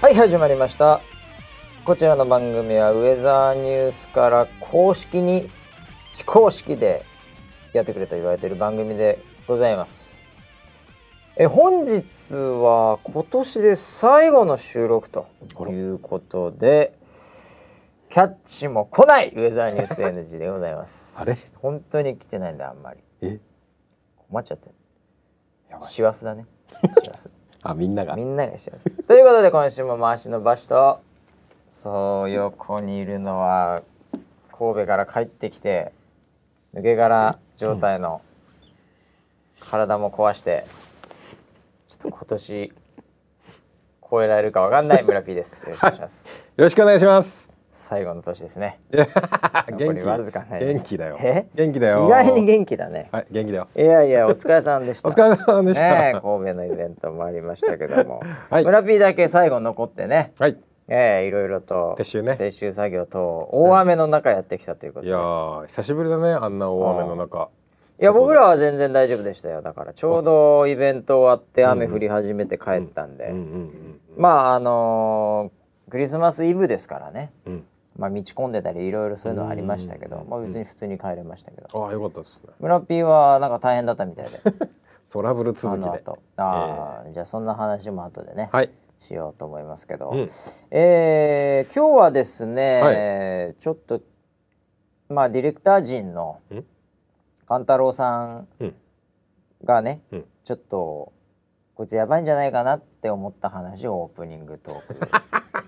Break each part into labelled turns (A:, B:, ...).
A: はい始まりましたこちらの番組はウェザーニュースから公式に非公式でやってくれと言われている番組でございますえ本日は今年で最後の収録ということでキャッチも来ないウェザーニュース NG でございます
B: あれ
A: 本当に来てないんだあんまり
B: え
A: 困っちゃって
B: やばい
A: 師走 だね師走
B: あみんなが
A: みんなが幸せ。ということで今週も回しの場所とそう横にいるのは神戸から帰ってきて抜け殻状態の体も壊してちょっと今年超えられるかわかんない村 P です。よろしくお願いします。
B: よろしくお願いします
A: 最後の年ですね。
B: 元
A: 残りわずかない
B: 元気だよ
A: え
B: 元気だ
A: 意
B: よ
A: 外に元気だね。
B: はい元気だよ
A: いやいやお疲れさんでした。
B: お疲れ様でした、
A: ねえ神戸のイベントもありましたけども、
B: はい
A: 村 P だけ最後残ってね、
B: はい
A: ええいろいろと
B: 撤収ね
A: 撤収作業と大雨の中やってきたということ
B: い
A: で、
B: や
A: いや
B: ー久しぶりだねあんな大雨の中
A: 僕らは全然大丈夫でしたよだからちょうどイベント終わって雨降り始めて帰ったんで、
B: うんうん
A: まああのークリスマスイブですからね、
B: うんうん
A: まあ、道込んでたりいろいろそういうのはありましたけど、まあ、別に普通に帰れましたけど、
B: ああよかったですね
A: 村 P はなんか大変だったみたい で
B: トラブル続
A: あ
B: き
A: の
B: で
A: 後あー、じゃあそんな話も後でね、
B: はい
A: しようと思いますけど、
B: うん
A: えー今日はですね、
B: はい
A: えーちょっとまあディレクター陣の
B: うん
A: 勘太郎さん
B: うん
A: がね、
B: うん
A: ちょっとこいつやばいんじゃないかなって思った話をオープニングトーク に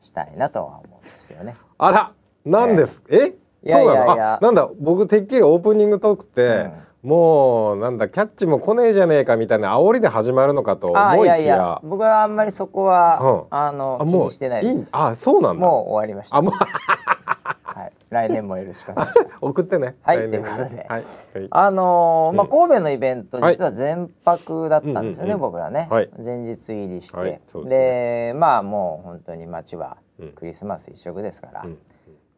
A: したいなとは思うんですよね。
B: あらなんですえ
A: いやいやいや
B: そうなのあなんだ僕てっきりオープニングトークって、もうなんだキャッチも来ねえじゃねえかみたいな煽りで始まるのかと
A: あー
B: 思
A: い
B: いき
A: や
B: や
A: いや僕はあんまりそこは、
B: うん
A: あの
B: あ
A: 気
B: も
A: に
B: う
A: してない
B: い
A: で
B: い
A: す。
B: んあそうなんだ
A: もう終わりました。
B: あもう
A: はい、来年もよろしくお願いします。
B: 送ってね。
A: はい
B: 来年
A: ということで
B: はい。
A: あのーまあ、
B: うん
A: 神戸のイベント
B: はい
A: 実は全泊だったんですよね、
B: うんうんうん
A: 僕らね、
B: はい
A: 前日入りして、
B: はいそう
A: で
B: ですね
A: まあもう本当に街は
B: うん
A: クリスマス一色ですから、
B: うん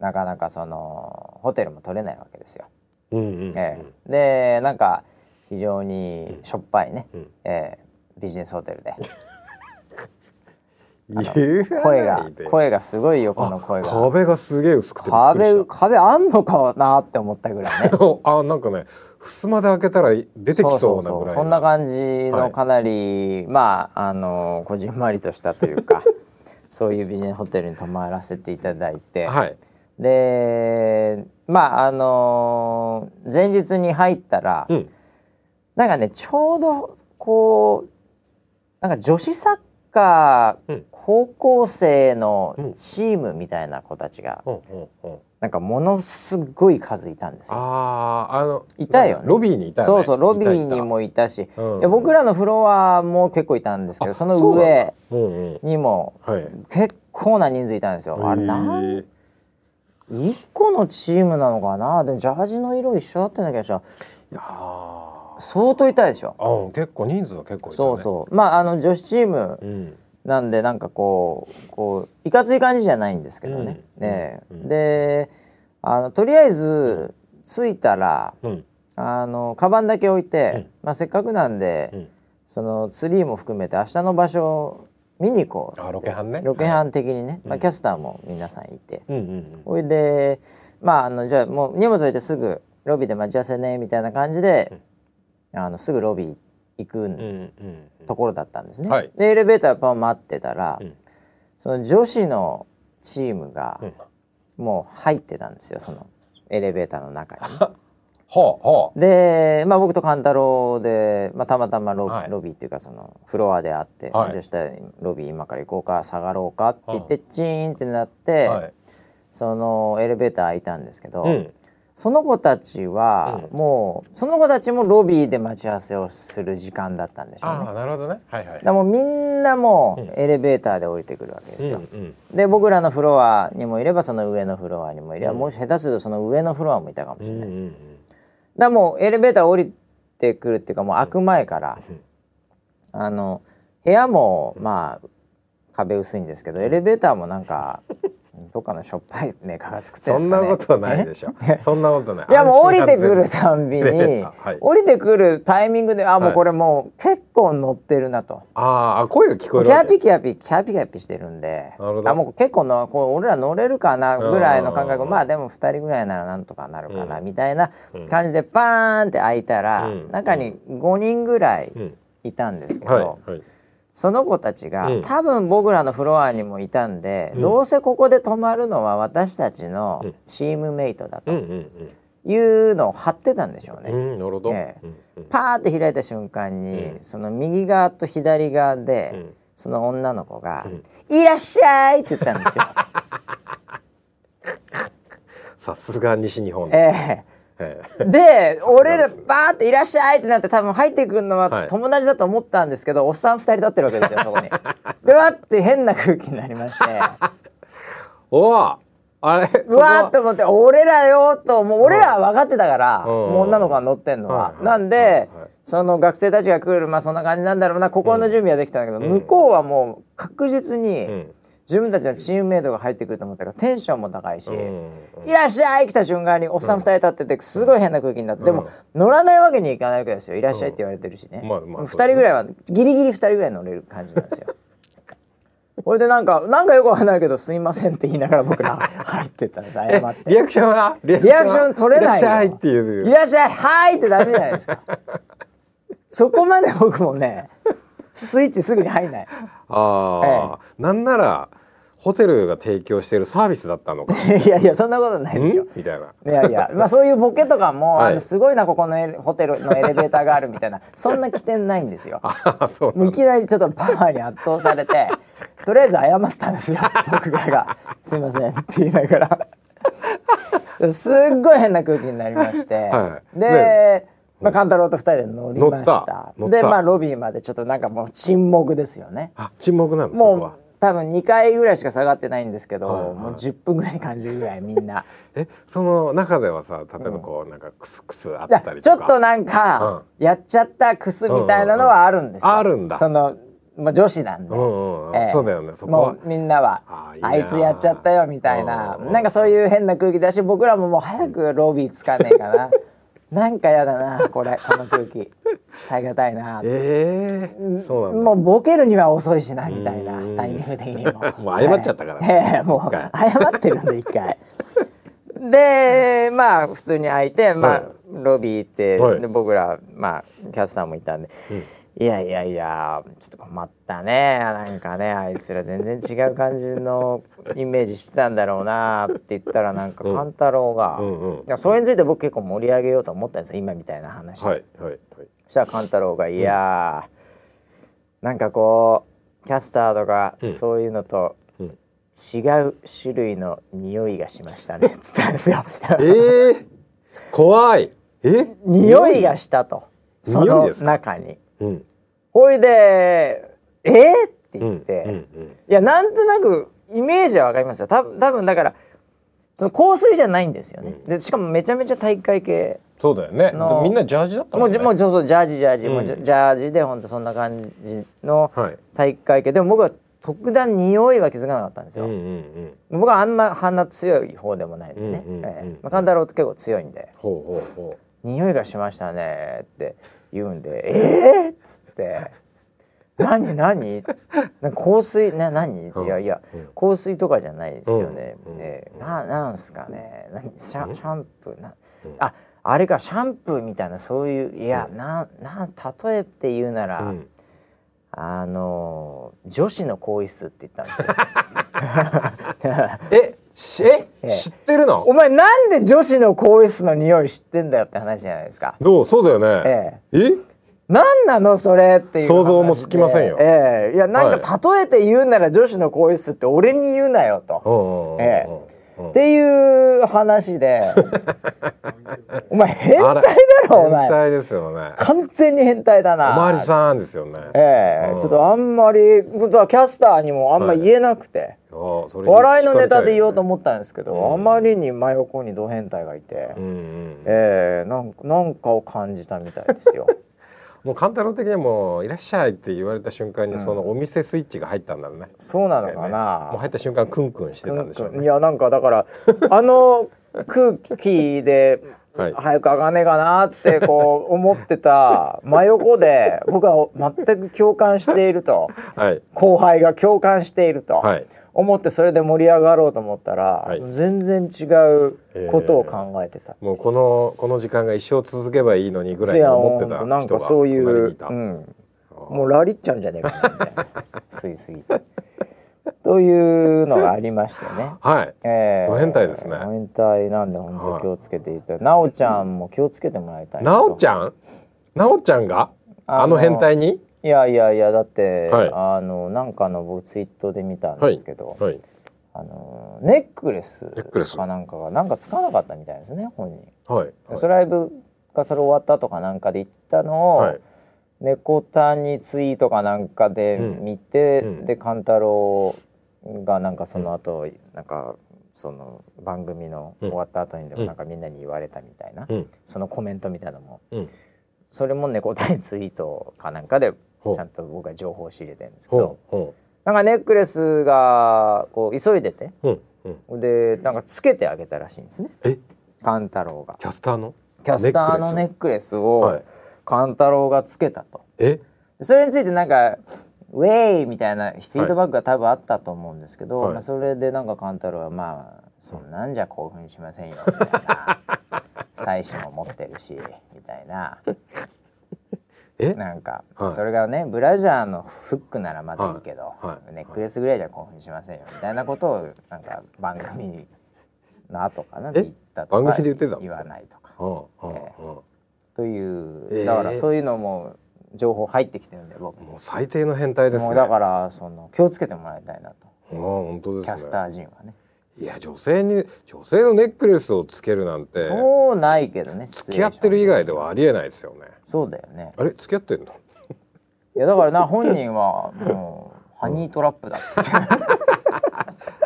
A: なかなかそのホテルも取れないわけですよ。
B: うんうんうんうん。
A: ええでなんか非常にしょっぱいね、
B: うん
A: ええビジネスホテルで
B: 言う
A: 声 が声がすごい横の
B: あ
A: 声が
B: 壁がすげえ薄くてびっくり
A: 壁
B: し
A: 壁あんのかなって思ったぐらいね
B: た。 あなんかね襖で開けたら出てきそうなぐらいな。
A: そんな感じ
B: は
A: の
B: い
A: かなり、まああのこじんまりとしたという かそういうビジネスホテルに泊まらせていただいて、
B: はい。
A: でまああの前日に入ったら、
B: うん。
A: なんかねちょうどこうなんか女子サッカー
B: うん
A: 高校生のチームみたいな子たちが、
B: うんうんうん。
A: なんかものすごい数いたんですよ。
B: あああの
A: いたよね
B: ロビーにいたよね。
A: そうそうロビー
B: いたい
A: に
B: た
A: もいたし
B: うん
A: いや僕らのフロアも結構いたんですけど
B: あ
A: その
B: そうなんだ
A: 上
B: うんうん。
A: にも
B: はい。
A: 結構な人数いたんですよ。あれなん
B: えー
A: 1個のチームなのかなでもジャージの色一緒だったんだけどさ
B: あ
A: 相当いたでしょ。
B: あ。うん結構人数は結構いたね。
A: そうそうまああの女子チーム
B: う。うん。
A: なんでなんかこうこういかつい感じじゃないんですけどね。
B: うん
A: ねえ
B: うん
A: であのとりあえず着いたら
B: うん
A: あのカバンだけ置いて、
B: うん
A: まあ、せっかくなんで、
B: うん。
A: そのツリーも含めて明日の場所見に行こうっつって
B: あロケハンね。
A: ロケハン的にね、まあ、
B: うん
A: キャスターも皆さんいて、
B: はい。うんうん
A: ほいでまああのじゃあもう荷物置いてすぐロビーで待ち合わせねみたいな感じで、あのすぐロビー行く
B: うん。うんんうん。
A: ところだったんですね。
B: はい
A: でエレベーターパン待ってたら、
B: うん
A: その女子のチームが
B: うん
A: もう入ってたんですよそのエレベーターの中に。
B: はあはあ。
A: で、まあ、僕と勘太郎で、まあ、たまたまロ,、
B: はい
A: ロビーっていうかそのフロアであって、
B: はい
A: じゃあ下ロビー今から行こうか下がろうかって言って、チーンってなって、
B: はい。
A: そのエレベーター開いたんですけど、
B: うん。
A: その子たちは
B: うん
A: もう、その子たちもロビーで待ち合わせをする時間だったんでしょうね。
B: ああ、なるほどね。はいはい
A: だか。らもうみんなも
B: う
A: うエレベーターで降りてくるわけです
B: うんう
A: よ。
B: ん。
A: で僕らのフロアにもいればその上のフロアにもいれば、
B: うん
A: もし下手するとその上のフロアもいたかも
B: う
A: しれない
B: ん
A: です。
B: うん
A: だからもうエレベーター降りてくるっていうかもう開く前から、
B: うん
A: あの部屋もまあ壁薄いんですけどエレベーターもなんか どっかのしょっぱいメーカーが作って
B: そ
A: るんで
B: ん
A: すか、
B: な
A: ね、
B: ことないでしょそんなことない
A: いやもう降りてくるたんびに、
B: 安心感全部はい
A: 降りてくるタイミングであもう
B: はい
A: これもう結構乗ってるなと、
B: ああ声が聞こえ
A: キ
B: る
A: ャ
B: わけ
A: ピキャピキャピキャピしてるんで
B: なるほど
A: あもう結構のこう俺ら乗れるかなぐらいの感
B: うんうん
A: 覚
B: うん
A: まあでも2人ぐらいならなんとかなるかな
B: うん
A: みたいな
B: うん
A: 感じでパーンって開いたら、
B: うん
A: 中に5人ぐらい
B: うん
A: いたんですけど、
B: はいはい
A: その子たちが、
B: うん
A: 多分僕らのフロアにもいたんで、
B: うん
A: どうせここで泊まるのは私たち
B: う
A: の
B: ん
A: チームメイトだ
B: うん
A: というのを張ってたんでしょうね。
B: うんうんうんなるほど
A: ええ
B: うんうん
A: パーって開いた瞬間に、
B: うん
A: その右側と左側で、
B: うん
A: その女の子が「
B: うん
A: いらっしゃい!」って言ったんです よ。
B: さすが西日本です
A: え
B: ええ
A: えで
B: さすがですね
A: 俺らバーって「いらっしゃい!」ってなって多分入ってくるの
B: は
A: はい友達だと思ったんですけど、おっさん2人立ってるわけです よそこに。でわって変な空気になりまして
B: おおあれ
A: うわーっ
B: と
A: と思って「俺らよ!」ともう俺らは分かってたから、
B: ん
A: もう女の子が乗ってんのは。
B: はいはい
A: なんで、
B: はいはい
A: その学生たちが来るまあそんな感じなんだろうな心の準備はできたんだけど、
B: う
A: 向
B: ん
A: こうはもう確実に。
B: うん
A: 自分たちのチームメイトが入ってくると思ったからテンションも高いし「
B: うん
A: いらっしゃい!」来た瞬間におっさん2人立っててすごい変な空気になって、でも乗らないわけにいかないわけですよ「いらっしゃい」って言われてるしね、
B: うんまあまあ
A: 2人ぐらいはギリギリ2人ぐらい乗れる感じなんです よ。これでなんかなんかよくわかんないけど「すいません」って言いながら僕ら 入ってったんです謝って。
B: リアクションはリア
A: リアクション取れないよ
B: いらっしゃいっていう
A: いらっしゃいはいってダメじゃないですか。そこまで僕もねスイッチすぐに入んない。
B: ああ、なんならホテルが提供しているサービスだったのか
A: いやいやそんなことないでしょ
B: ん。みたいない
A: やいや、まあ、そういうボケとかも、
B: はい
A: あのすごいなここのエレホテルのエレベーターがあるみたいなそんな起点ないんですよ。
B: ああそう
A: もう
B: な
A: んい
B: だ
A: きなりちょっとパワーに圧倒されて とりあえず謝ったんですよ僕らが「すいません」って言いながらすっごい変な空気になりまして、
B: はい
A: で、
B: ね
A: まあ、勘太郎と二人で乗りまし
B: 乗ったた乗った
A: で、まあ、ロビーまでちょっとなんかもう沈黙ですよね。
B: あ沈黙なんですそこ
A: も
B: は
A: う多分2回ぐらいしか下がってないんですけど、
B: はいはい
A: もう10分ぐらい感じるぐらいみんな。
B: えその中ではさ例えばこう、なんかクスクスあっ
A: だ
B: た
A: から
B: り
A: ちょ
B: と
A: っ
B: か
A: となんか、やっちゃったクスみたいなのはあるんですよ、
B: うんうんうんあるんだ
A: その、まあ、女子なんで、
B: うんうん
A: ええ
B: そうだよねそこは
A: もうみんなは
B: あ
A: あ
B: ーいい
A: い
B: な
A: つやっちゃったよみたいな、
B: うんうんうん
A: なんかそういう変な空気だし僕らももう早くロビーつかねえかななんかやだなこれこの空気耐え難いな
B: ええそうなんだ
A: もうボケるには遅いしなみたいな
B: うん
A: タイミング的にも
B: もう謝っちゃったからね
A: ええもう謝ってるんで一回でまあ普通に開いて、まあ
B: はい
A: ロビー行って、
B: はい
A: で僕ら、まあ、キャスターもいたんで、いやいやいやちょっと困ったねなんかねあいつら全然違う感じのイメージしてたんだろうなって言ったらなんか
B: ん
A: 勘太郎が、
B: うんうん
A: いやそれについて僕結構盛り上げようと思ったんですよ今みたいな話
B: はいはいはい
A: そしたら勘太郎が「いやーなんかこうキャスターとか
B: うん
A: そういうのと
B: うん
A: 違う種類の匂いがしました ね」っつったんですよ。
B: ええ怖いえ
A: 匂いがしたとそ
B: 匂い
A: の
B: ですか
A: 中に。
B: うん
A: ほいで「えーって
B: うん
A: 言
B: う
A: っ
B: ん
A: て、
B: うん
A: いやなんとなくイメージはわかりますよ多分多分だからその香水じゃないんですよね。でしかもめちゃめちゃ体育会系
B: そうだよね
A: の
B: みんなジャージだった
A: も
B: も
A: うんじ
B: ね
A: もうそうそうジャージジャージ、
B: うん
A: もうジャジャージでほんとそんな感じの
B: はい
A: 体育会系でも僕は特段匂いは気づかなかったんです
B: うん
A: よ、
B: うんうん
A: 僕はあんま鼻強い方でもないんでね
B: うんうんうん
A: ええまあ勘太郎って結構強いんで
B: ほうほうほ
A: 「匂いがしましたね」って言うんで「ええっ!」つって「何何な香水な何?」って「いやいや
B: うん
A: 香水とかじゃないですよね」
B: うんうん
A: ええななんすかね何シャシャンプーな
B: うん
A: ああれかシャンプーみたいなそういういや、なん、なん例えて言うなら、
B: ううん
A: あのー女子の更衣室って言ったんですよ。
B: えしえ
A: ええ
B: 知ってるの
A: お前なんで女子の更衣室の匂い知ってんだよって話じゃないですか。
B: どうそうだよねえ
A: なんなのそれっていう話で
B: 想像もつきませんよ
A: ええいやなんか例えて言うなら女子の更衣室って俺に言うなよ
B: う
A: と。
B: んうんうんうん
A: え
B: うん
A: っていう話で お前変態だろお
B: 変
A: 前
B: 態ですよね
A: 完全に変態だ
B: お
A: な
B: まわりさんですよねあ
A: ええ
B: うん
A: ちょっとあんまり本当はキャスターにもあんま言えなくて、
B: ーそれ
A: 笑いのネタで言おうと
B: 聞
A: 思ったんですけど、
B: うん
A: あまりに真横にド変態がいて、
B: かれたよねうんうん
A: ええなんなんかを感じたみたいですよ。
B: もう勘太郎的にはもう「いらっしゃい」って言われた瞬間にそのお店スイッチが入ったんだろうね、
A: そうなのか
B: も
A: な
B: う入った瞬間クンクンしてたんでしょう
A: い
B: ね
A: やなんかだからあの空気で
B: はい
A: 早く上がんねえかなってこう思ってた真横で僕は全く共感していると
B: はい
A: 後輩が共感していると
B: はい
A: 思ってそれで盛り上がろうと思ったら
B: はい
A: 全然違うことを考えてた。
B: もうこのこの時間が一生続けばいいのにぐらいに思ってた人が
A: なんかそうい
B: 隣に
A: う
B: い、た、
A: うん、もうラリっちゃうんじゃねえかなみたい なすいすぎて。というのがありまして ね。
B: はい
A: えー
B: ご変態ですね
A: ご変態なんで本
B: は
A: 当
B: い
A: 気をつけていただいて、なおちゃんも気をつけてもらいたい。
B: なおちゃんなおちゃんが
A: あの
B: あの変態に
A: いやいやいやだって、
B: はい
A: あのなんかの僕ツイートで見たんですけど、
B: はい
A: あのネックレス
B: ネックレス
A: かなんかがなんかつかなかったみたいですね本人。
B: はいはい
A: それライブがそれ終わったとかなんかで言ったのを、
B: はい
A: 猫谷ツイートかなんかで見て、
B: うんうん
A: で勘太郎がなんかその後、なんかその番組の終わった後にで
B: う
A: も
B: ん
A: なんかみんなに言われたみたいな、
B: うん
A: そのコメントみたいなのも
B: うん
A: それも猫谷ツイートかなんかで
B: ほ
A: ちゃ
B: うん
A: と僕は情報を仕入れてるんですけど
B: ほうほ
A: なんかネックレスがこう急いでて
B: ううんうん
A: でなんかつけてあげたらしいんですね
B: え
A: 勘太郎が。
B: キャスターの
A: キャスターのネックレスを、
B: はい
A: 勘太郎がつけたと
B: え
A: それについてなんか「ウェイ!」みたいなフィードバックが多分あったと思うんですけど、
B: はい
A: まあ、それでなんか勘太郎はまあそんなんじゃ興奮しませんよみたい な妻子も持ってるしみたいな
B: え
A: なんか、
B: はい
A: それがねブラジャーのフックならまだいいけど、
B: はいはい
A: ネックレスぐらいじゃ興奮しませんよみたいなことをなんか番組の後かなって言ったと
B: 番
A: か
B: 組で言ってたんです
A: 言
B: か
A: わないとか
B: うんうんうん
A: えという、
B: えー
A: だからそういうのも情報入ってきてるんで僕
B: もう最低の変態です
A: もう
B: ね
A: だからその気をつけてもらいたいなと、
B: うん本当
A: キャ
B: で
A: ス
B: す
A: タ
B: ね
A: ー陣はね、
B: いや女性に女性のネックレスをつけるなんて
A: そうないけどね
B: 付き合ってる以外で
A: は
B: はありえないですよね
A: そうだよね
B: あれ付き合ってんの
A: いやだからな本人はもうハニートラップだって言ってる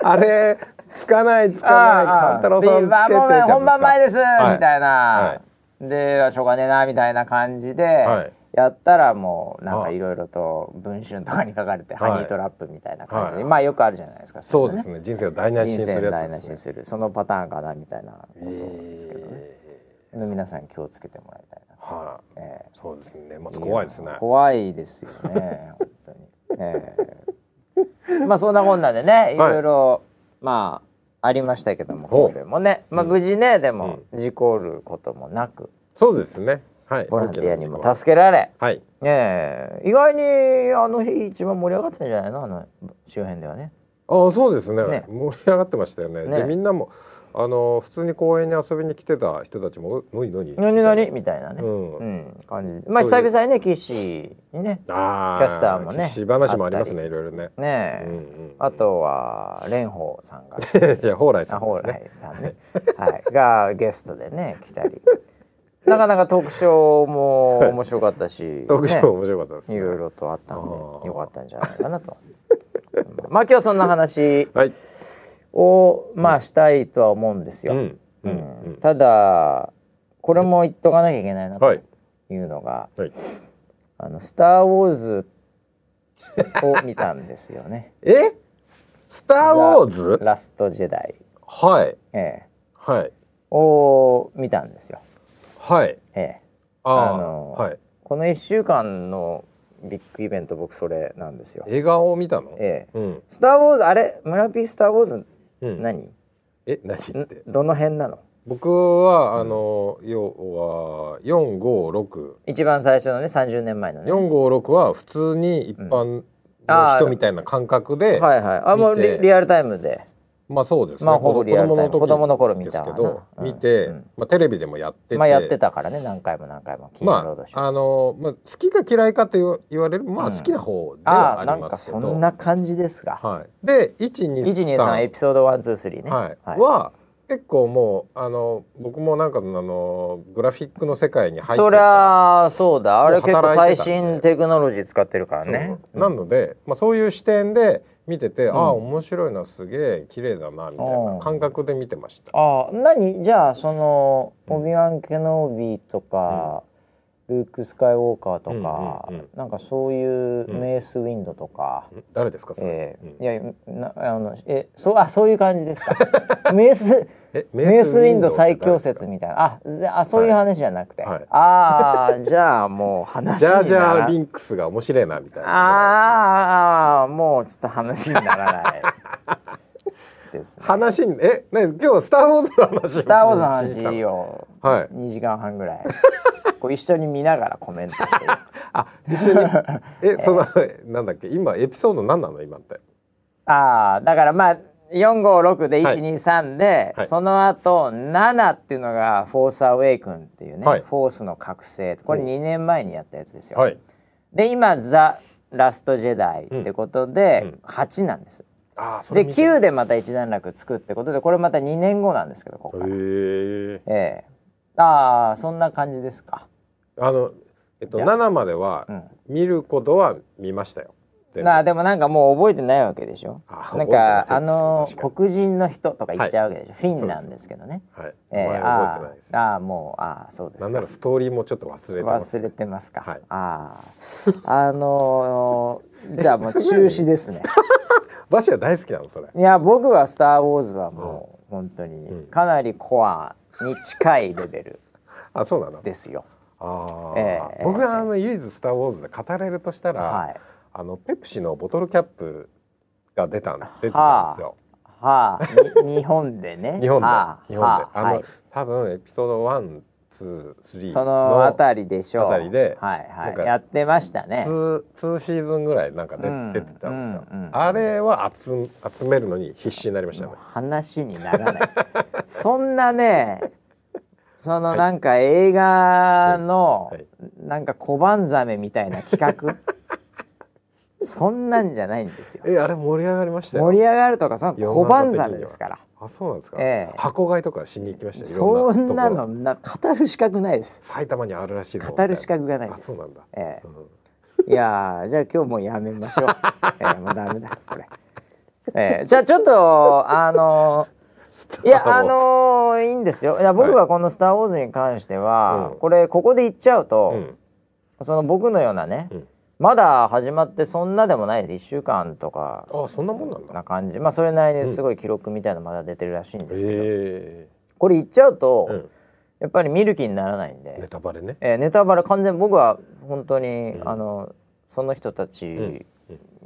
B: あれつかないつかない勘太郎さんつけて
A: で
B: たやつですか
A: 本番前です、
B: はい
A: みたいな、
B: は
A: でしょうがねえなみたいな感じで、
B: はい
A: やったらもうなんか
B: はい
A: いろいろと文春とかに書かれて、
B: はい
A: ハニートラップみたいな感じで、
B: はい
A: まあよくあるじゃないですか
B: そうで
A: ね
B: すね人生を台無し
A: 人
B: にす
A: 生
B: る
A: の
B: や
A: 台無し
B: つですね
A: にするそのパターンかなみたいなことなんですけどね、
B: え
A: で皆さん気をつけてもらいたいな
B: ー、は
A: ええ
B: いそうですねまず怖いですね
A: や怖いですよね 本当に、ええまあそんなこんなでねいろいろ、まあありましたけども
B: ほう
A: これもね、まあ、無事ね、でも事故ることもなく
B: そうですねはい
A: ボランティアにも
B: 大きな事故
A: 助けられ、
B: はい
A: ねえ意外にあの日一番盛り上がったんじゃないのあの周辺ではね。
B: ああそうですね
A: ね
B: 盛り上がってましたよね
A: ね
B: でみんなもあの普通に公園に遊びに来てた人たちも「う何何?みたい
A: 何
B: な」
A: 何みたいなね、
B: う
A: うん
B: ん
A: 感じでまあ
B: そう
A: 久
B: いう
A: 々にね岸にね
B: あ
A: キャスターもね
B: し話もありますねいろいろね
A: ねえ、
B: うんうん
A: あとは蓮舫さんが
B: じゃあ蓬莱さ
A: あ
B: んで
A: 蓬
B: す
A: 莱さ
B: ね
A: んね、はい、がゲストでね来たりなかなかトークショーも面白かったし、
B: 特徴面白かったです
A: ね、い
B: ね
A: ろいろとあったんで
B: あー
A: よかったんじゃないかなと。まあ今日はそんな話
B: はい
A: をまあしたいとは思うんです
B: う
A: よ。
B: んうん
A: う
B: うんん
A: ただこれも言っとかなきゃいけないなと
B: はい
A: いうのが「
B: はい
A: あのスター・ウォーズ」を見たんですよね。
B: え スター・ウォーズ
A: ラスト・ジェダイ、
B: はい
A: ええ、
B: はい
A: を見たんですよ。
B: はい
A: ええ
B: ああ
A: あのー
B: はい
A: この1週間のビッグイベント僕それなんですよ。
B: 映画を見たの
A: ええ
B: うん
A: スター・ウォーズあれ村ピースター・ウォーズ
B: うん
A: 何、ん
B: え何って
A: どの辺なの
B: 僕はあのー要は四五六
A: 一番最初のね30年前のね。
B: 四五六は普通に一般の人みたいな感覚で
A: はいはい。あもう
B: 見
A: リ
B: て
A: リアルタイムで。
B: まあそうです
A: ま
B: ね
A: あほぼリアルタイム
B: 時
A: 子供の頃見た
B: です
A: わな
B: けど
A: うん
B: 見て
A: うん
B: まあテレビでもやってて
A: まあやってたからね何回も何回も金曜ロー
B: ま
A: ドショー。
B: ああのまあ好きか嫌いかって言わ言われるま
A: う
B: あ
A: ん
B: 好きな方で
A: あ
B: は
A: あ
B: あ
A: な
B: り
A: ん
B: ま
A: か
B: す
A: そ
B: けど
A: んな感じですが。
B: はいで一二
A: 123エ
B: 三
A: ピソード123ね。
B: はい
A: はい
B: は結構もうあの僕もなんかあのグラフィックの世界に入って
A: そりゃあそうだあれ結構最
B: 働い
A: 新
B: てた
A: テクノロジー使ってるから
B: そう
A: ね。
B: なのでまあそういう視点で見てて、あ
A: うん
B: あ面白いなすげえ綺麗だなみたい
A: うん
B: な感覚で見てました。
A: ああ何じゃあその
B: うん
A: オビワン・ケノービーとか、ルーク・スカイウォーカーとか、
B: うんうんうん
A: なんかそういう
B: うん
A: メース・ウィンドとか、
B: ん誰ですかそ
A: え、
B: れ
A: ーいやなあのえそうあそういう感じです かメース
B: え
A: メースウィンド最強
B: って
A: 説
B: 誰で
A: みたいなあであそういう話じゃなくて、
B: はいはい
A: ああじゃあもう話
B: すかジ
A: にな
B: ャ
A: ら
B: ージャー・ビンクスが面白いなみたい
A: あ
B: な
A: ーあーもうちょっと話にならないですね。
B: 話にえな今日スター・ウォーズの話
A: スター・ウォーズ
B: し
A: の
B: に来た
A: 話を
B: はい
A: 2時間半ぐらい こう一緒に見ながらコメントしてる
B: あ一緒 にえそのなんだっけ今エピソード何なの今って
A: ああだからまあ456で123で、
B: はい
A: その後7っていうのが「フォース・アウェイクン」っていうね、
B: はい
A: フォースの覚醒これ
B: お
A: 2年前にやったやつですよ。
B: はい
A: で今「ザ・ラスト・ジェダイ」ってことで、
B: うんうん
A: 8なんです。
B: あーそれ
A: で
B: 見てる
A: 9でまた一段落つくってことでこれまた2年後なんですけどここから。
B: へえ
A: ええああそんな感じですか。
B: あのえっと
A: じゃあ
B: 7までは
A: うん
B: 見ることは見ましたよ全部
A: なあでもなんかもう覚えてないわけでしょ
B: あ
A: なんか
B: 覚えてないです
A: あの
B: 確かに
A: 黒人の人とか言っちゃうわけでしょ、フィンなんですけどね
B: はい
A: えー
B: 前覚えて
A: あ
B: ないです
A: ーあーもうああそうです
B: な
A: か
B: んならストーリーもちょっと忘れてます
A: 忘れてますか、
B: はい
A: あああのーじゃあもう中止です ね
B: バシは大好きなのそれ
A: いや僕は「スター・ウォーズ」はもう本当
B: うん
A: にかなりコアに近いレベル
B: あそうなの
A: ですよ、
B: ああ、
A: ええ
B: 僕があの唯一スターウォーズで語れるとしたら、
A: はい
B: あのペプシのボトルキャップが出たん出てたんですよ。
A: はあに日本でね
B: 日本で、
A: はあ
B: 日本で、
A: は
B: あ
A: あ
B: の、
A: はい
B: 多分エピソードワン、ツー、スリー
A: そのあたりでしょう。
B: あたりで
A: はいは
B: なんか
A: い、やってましたね。
B: ツーツーシーズンぐらいなんかで、
A: うん
B: 出てたんですよ。
A: うんうん
B: あれは集集めるのに必死になりましたね。
A: 話にならないです。 そんなね、そのなんか映画の、
B: はい
A: なんか小判ザメみたいな企 画、そんなんじゃないんですよ。
B: えあれ盛り上がりましたよ。
A: 盛り上がるとかその
B: 世の
A: 小
B: 中
A: 判
B: 的には
A: ザメですから。
B: あそうなんですか、
A: ええ
B: 箱買いとかしに行きましたよ。いろ
A: そんな
B: とこ
A: の
B: ろ
A: な語る資格ないです。
B: 埼玉にあるらしいぞ。
A: 語る資格がない
B: あ
A: で
B: そ
A: す
B: う。なんだ。
A: ええ
B: うん
A: いやーじゃあ今日もうやめましょう。えー、もうダメだこれ。えー、じゃあちょっとあのーいやあのーいいんですよいや僕はこの「スター・ウォーズ」に関しては、
B: うん
A: これここで言っちゃう
B: う
A: と、
B: ん、
A: その僕のようなね、
B: うん
A: まだ始まってそんなでもないです1週間とか
B: あそんなもんなんだ。
A: な感じまあそれなりにすごい記録みたいなのまだ出てるらしいんですけど、
B: え
A: これ言っちゃうと、
B: えうん、
A: やっぱり見る気にならないんで、
B: ネタバレね。
A: えーネタバレ完全僕は本当に、
B: うん
A: あのその人た
B: ん
A: ち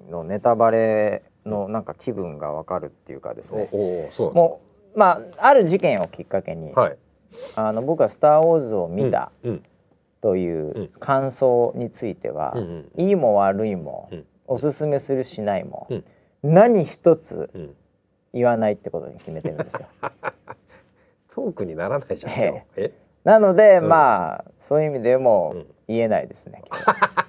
A: のネタバレのなんか気分がわかるっていうかです
B: お
A: ね、
B: おーそうなんで
A: もうまあある事件をきっかけに、
B: すか。はい。
A: あの僕は「スター・ウォーズ」を見た
B: うん。うん
A: と
B: う
A: い
B: ん
A: う感想については、
B: うんうん
A: いいも悪いも、
B: うん
A: おすすめするしないも、
B: うん
A: 何一つ
B: うん。
A: 言わないってことに決めてるん ですよ。
B: トークにならないじゃん。
A: ええ
B: 今日え
A: なので、
B: うん
A: まあそういう意味でも
B: うん
A: 言えないです ね。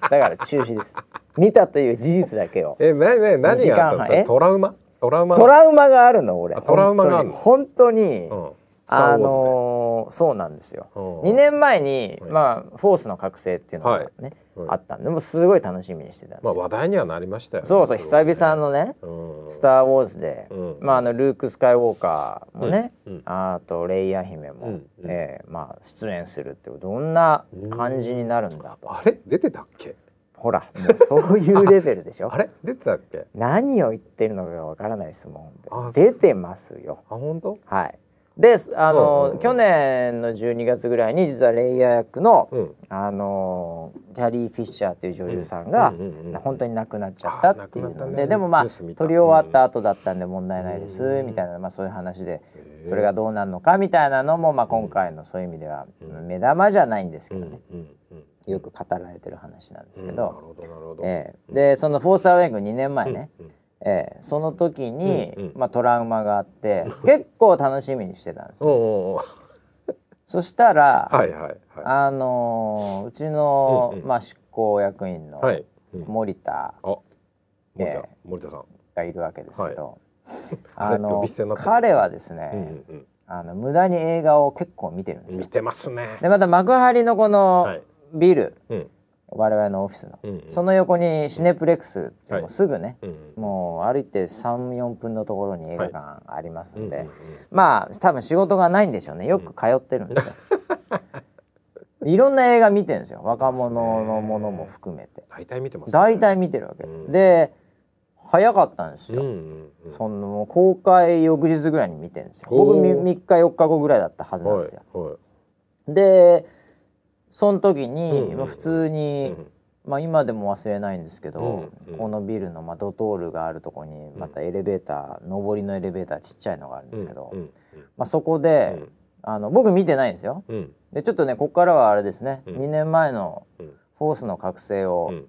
A: だから中止です。見たという事実だけを。
B: えなな何があったん
A: 二時間半
B: ですか。
A: え
B: トラウマ？トラウマ？
A: トラウマがあるの俺。
B: あトラウマがあるの
A: 本当に。本
B: う
A: 当に
B: ん。スター
A: あ
B: ウォー
A: のーそうなんですよ。
B: ズで。
A: 2年前に、
B: はい
A: まあ、フォースの覚醒っていうのがね、
B: うん
A: あったんでもうすごい楽しみにしてたんです
B: まあ
A: よ、
B: 話題にはなりましたよね。
A: そうそう
B: すごいね
A: 久々。のね「
B: うん。
A: スター・ウォーズで」
B: うん
A: まあ、あのルーク・スカイウォーカーもね、
B: うんうん
A: あとレイヤー姫も、
B: うんうん
A: えーまあ、出演するってどんな感じになるんだと、
B: あれ出てたっけ？
A: ほらもうそういうレベルでしょ
B: あれ出てたっけ？
A: 何を言ってるのかがわからないですも
B: あ
A: ん出てますよ
B: あ本当？
A: はいであの、
B: うんうんうん
A: 去年の12月ぐらいに実はレイヤー役の、
B: うん。
A: あのキャリー・フィッシャーという女優さんが、
B: うんうんうんうん
A: 本当に亡くなっちゃったっていう
B: あ亡くなっ
A: ので、
B: たね
A: でもまあ
B: ニュース
A: 撮
B: 見
A: り
B: た
A: 終わった後だったんで問題ないです、
B: うん
A: みたいな、まあ、そういう話で、
B: へえ
A: それがどうなるのかみたいなのも、まあ、今回のそういう意味では、
B: うん
A: 目玉じゃないんですけ
B: う
A: ど
B: んう
A: ね、
B: んうん。
A: よく語られてる話なんですけ
B: うんなる
A: ど、
B: ほどなるほど。
A: ええでその「フォース・アウェイク」2年前ね、
B: うんうん
A: ええその時に、
B: うんうん
A: まあ、トラウマがあって結構楽しみにしてたんです
B: おうおうおう。
A: そしたら、
B: はいはいは
A: あのーうちの、
B: うんうん
A: まあ、執行役員の
B: い。はい。うん
A: 森田
B: あ、森田
A: ええ
B: 森田さん。
A: がいるわけですけど、
B: はい
A: あ
B: あれ呼
A: の
B: び捨てになってる
A: 彼はですね、
B: うんうん
A: あの無駄に映画を結構見てるんです
B: うん。
A: よ
B: 見。てますね。
A: でまた幕張のこ
B: は
A: の
B: い。
A: ビル、
B: うん
A: 我々のオフィスの、
B: うんうん。
A: その横にシネプレックスっていう
B: は
A: も
B: いう
A: すぐね、
B: うんうん。
A: もう歩いて34分のところに映画館あります
B: うん
A: の
B: うん
A: で、
B: うん
A: まあ多分仕事がないんでしょうねよく通ってるんですよ。 いろんな映画見てるんですよ若者のものも含めて
B: 大体見てます、
A: 大体見てるわけ、
B: うん
A: で早かったんです
B: うん
A: よ、
B: うんうん
A: そのもう公開翌日ぐらいに見てるんですよ
B: お
A: 僕3
B: ー
A: 日4日後ぐらいだったはずなん
B: は
A: で
B: い
A: すよ、
B: は
A: でその時
B: うんうん
A: に
B: うん
A: まあ普通
B: い、
A: に、
B: うん
A: まあ、今でも忘れないんですけど、
B: うんうん
A: このビルのまあドトールがあるとこにまたエレベーター、上りのエレベーターちっちゃいのがあるんですけど、
B: うんうん
A: まあ、そこで、あの僕見てないんですよ
B: うんうん
A: でちょっとねここからはあれですね、
B: うん
A: 2年前の
B: うん
A: 「フォースの覚醒を」
B: うん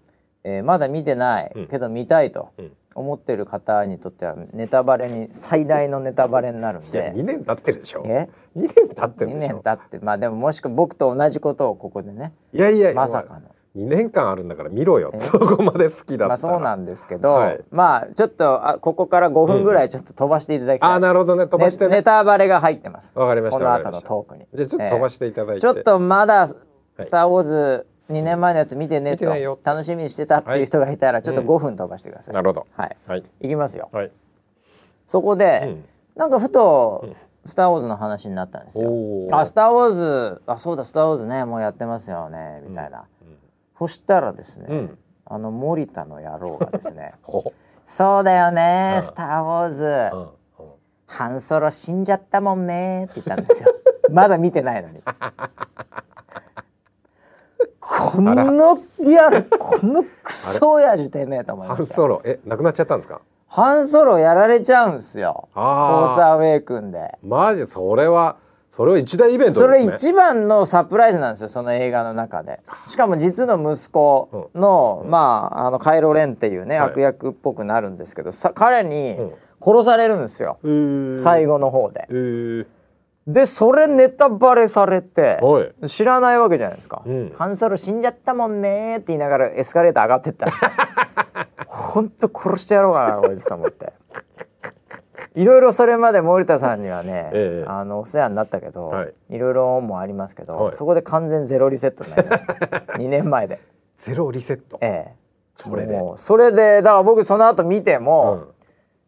A: えーまだ見てない
B: うん
A: けど見たいと
B: うん
A: 思ってる方にとってはネタバレに最大のネタバレになるん
B: いや
A: で
B: 2年経ってるでしょ
A: え
B: 2年経ってる
A: 2
B: でし
A: 年
B: ょ
A: 経ってまあでももしくは僕と同じことをここでね
B: いやいや
A: まさかの。
B: 2年間あるんだから見ろよ
A: え
B: そこまで好きだったら、
A: まあそうなんですけど、
B: はい
A: まあちょっとあここから5分ぐらいちょっと飛ばしていただきたい、
B: あーなるほどね飛ばして
A: ネ
B: ね
A: ネタバレが入ってます
B: わかりました
A: この
B: わか
A: 後
B: りま
A: の
B: した
A: トークに
B: じゃあちょっと飛ば
A: て、
B: していただい
A: えー
B: て、
A: ちょっとまだ「ス
B: い
A: ター・ウォーズ」2年前のやつ見てね
B: 見て
A: と
B: ないよ
A: 楽しみにしてたっていう人がいたらちょっと
B: うん
A: 5分飛ばしてください、
B: なるほど
A: はい
B: はい
A: いきますよ
B: はい、
A: そこで、なんかふと「スター・ウォーズ」の話になったんですよ「
B: おー
A: あスター・ウォーズ」あそうだ「スター・ウォーズね」もうやってますよねみたいな、そしたらですね、
B: うん
A: あの森田の野郎がですね
B: ほ
A: そうだよね、
B: うん
A: スター・ウォーズ、
B: うんうん
A: ハンソロ死んじゃったもんねって言ったんですよ まだ見てないの にこのリアルこのクソ親父てめえと思い
B: ハ
A: ま
B: ン
A: した
B: ソロえなくなっちゃったんですか
A: ハンソロやられちゃうんすよフォース
B: ああ
A: アウェイクンで
B: マジそれはそれは一大イベント
A: そ
B: です
A: れ
B: ね
A: 一番のサプライズなんですよその映画の中でしかも実の息子の、まああのカイロ・レンっていうね、
B: はい
A: 悪役っぽくなるんですけどさ彼に
B: うん
A: 殺されるんですよ、
B: うーん
A: 最後の方で
B: えー
A: でそれネタバレされて
B: はい
A: 知らないわけじゃないですか、
B: うん
A: ハンソロ死んじゃったもんねーって言いながらエスカレーター上がって ったんですよほんと殺してやろうかなこいつと思っていろいろそれまで森田さんにはね、
B: ええ
A: あのお世話になったけど、
B: はい
A: い、ろいろ恩もありますけど、
B: はい
A: そこで完全ゼロリセットになりました2 年前で
B: ゼロリセット
A: ええ
B: それで
A: もうそれでだから僕その後見て
B: うん
A: も、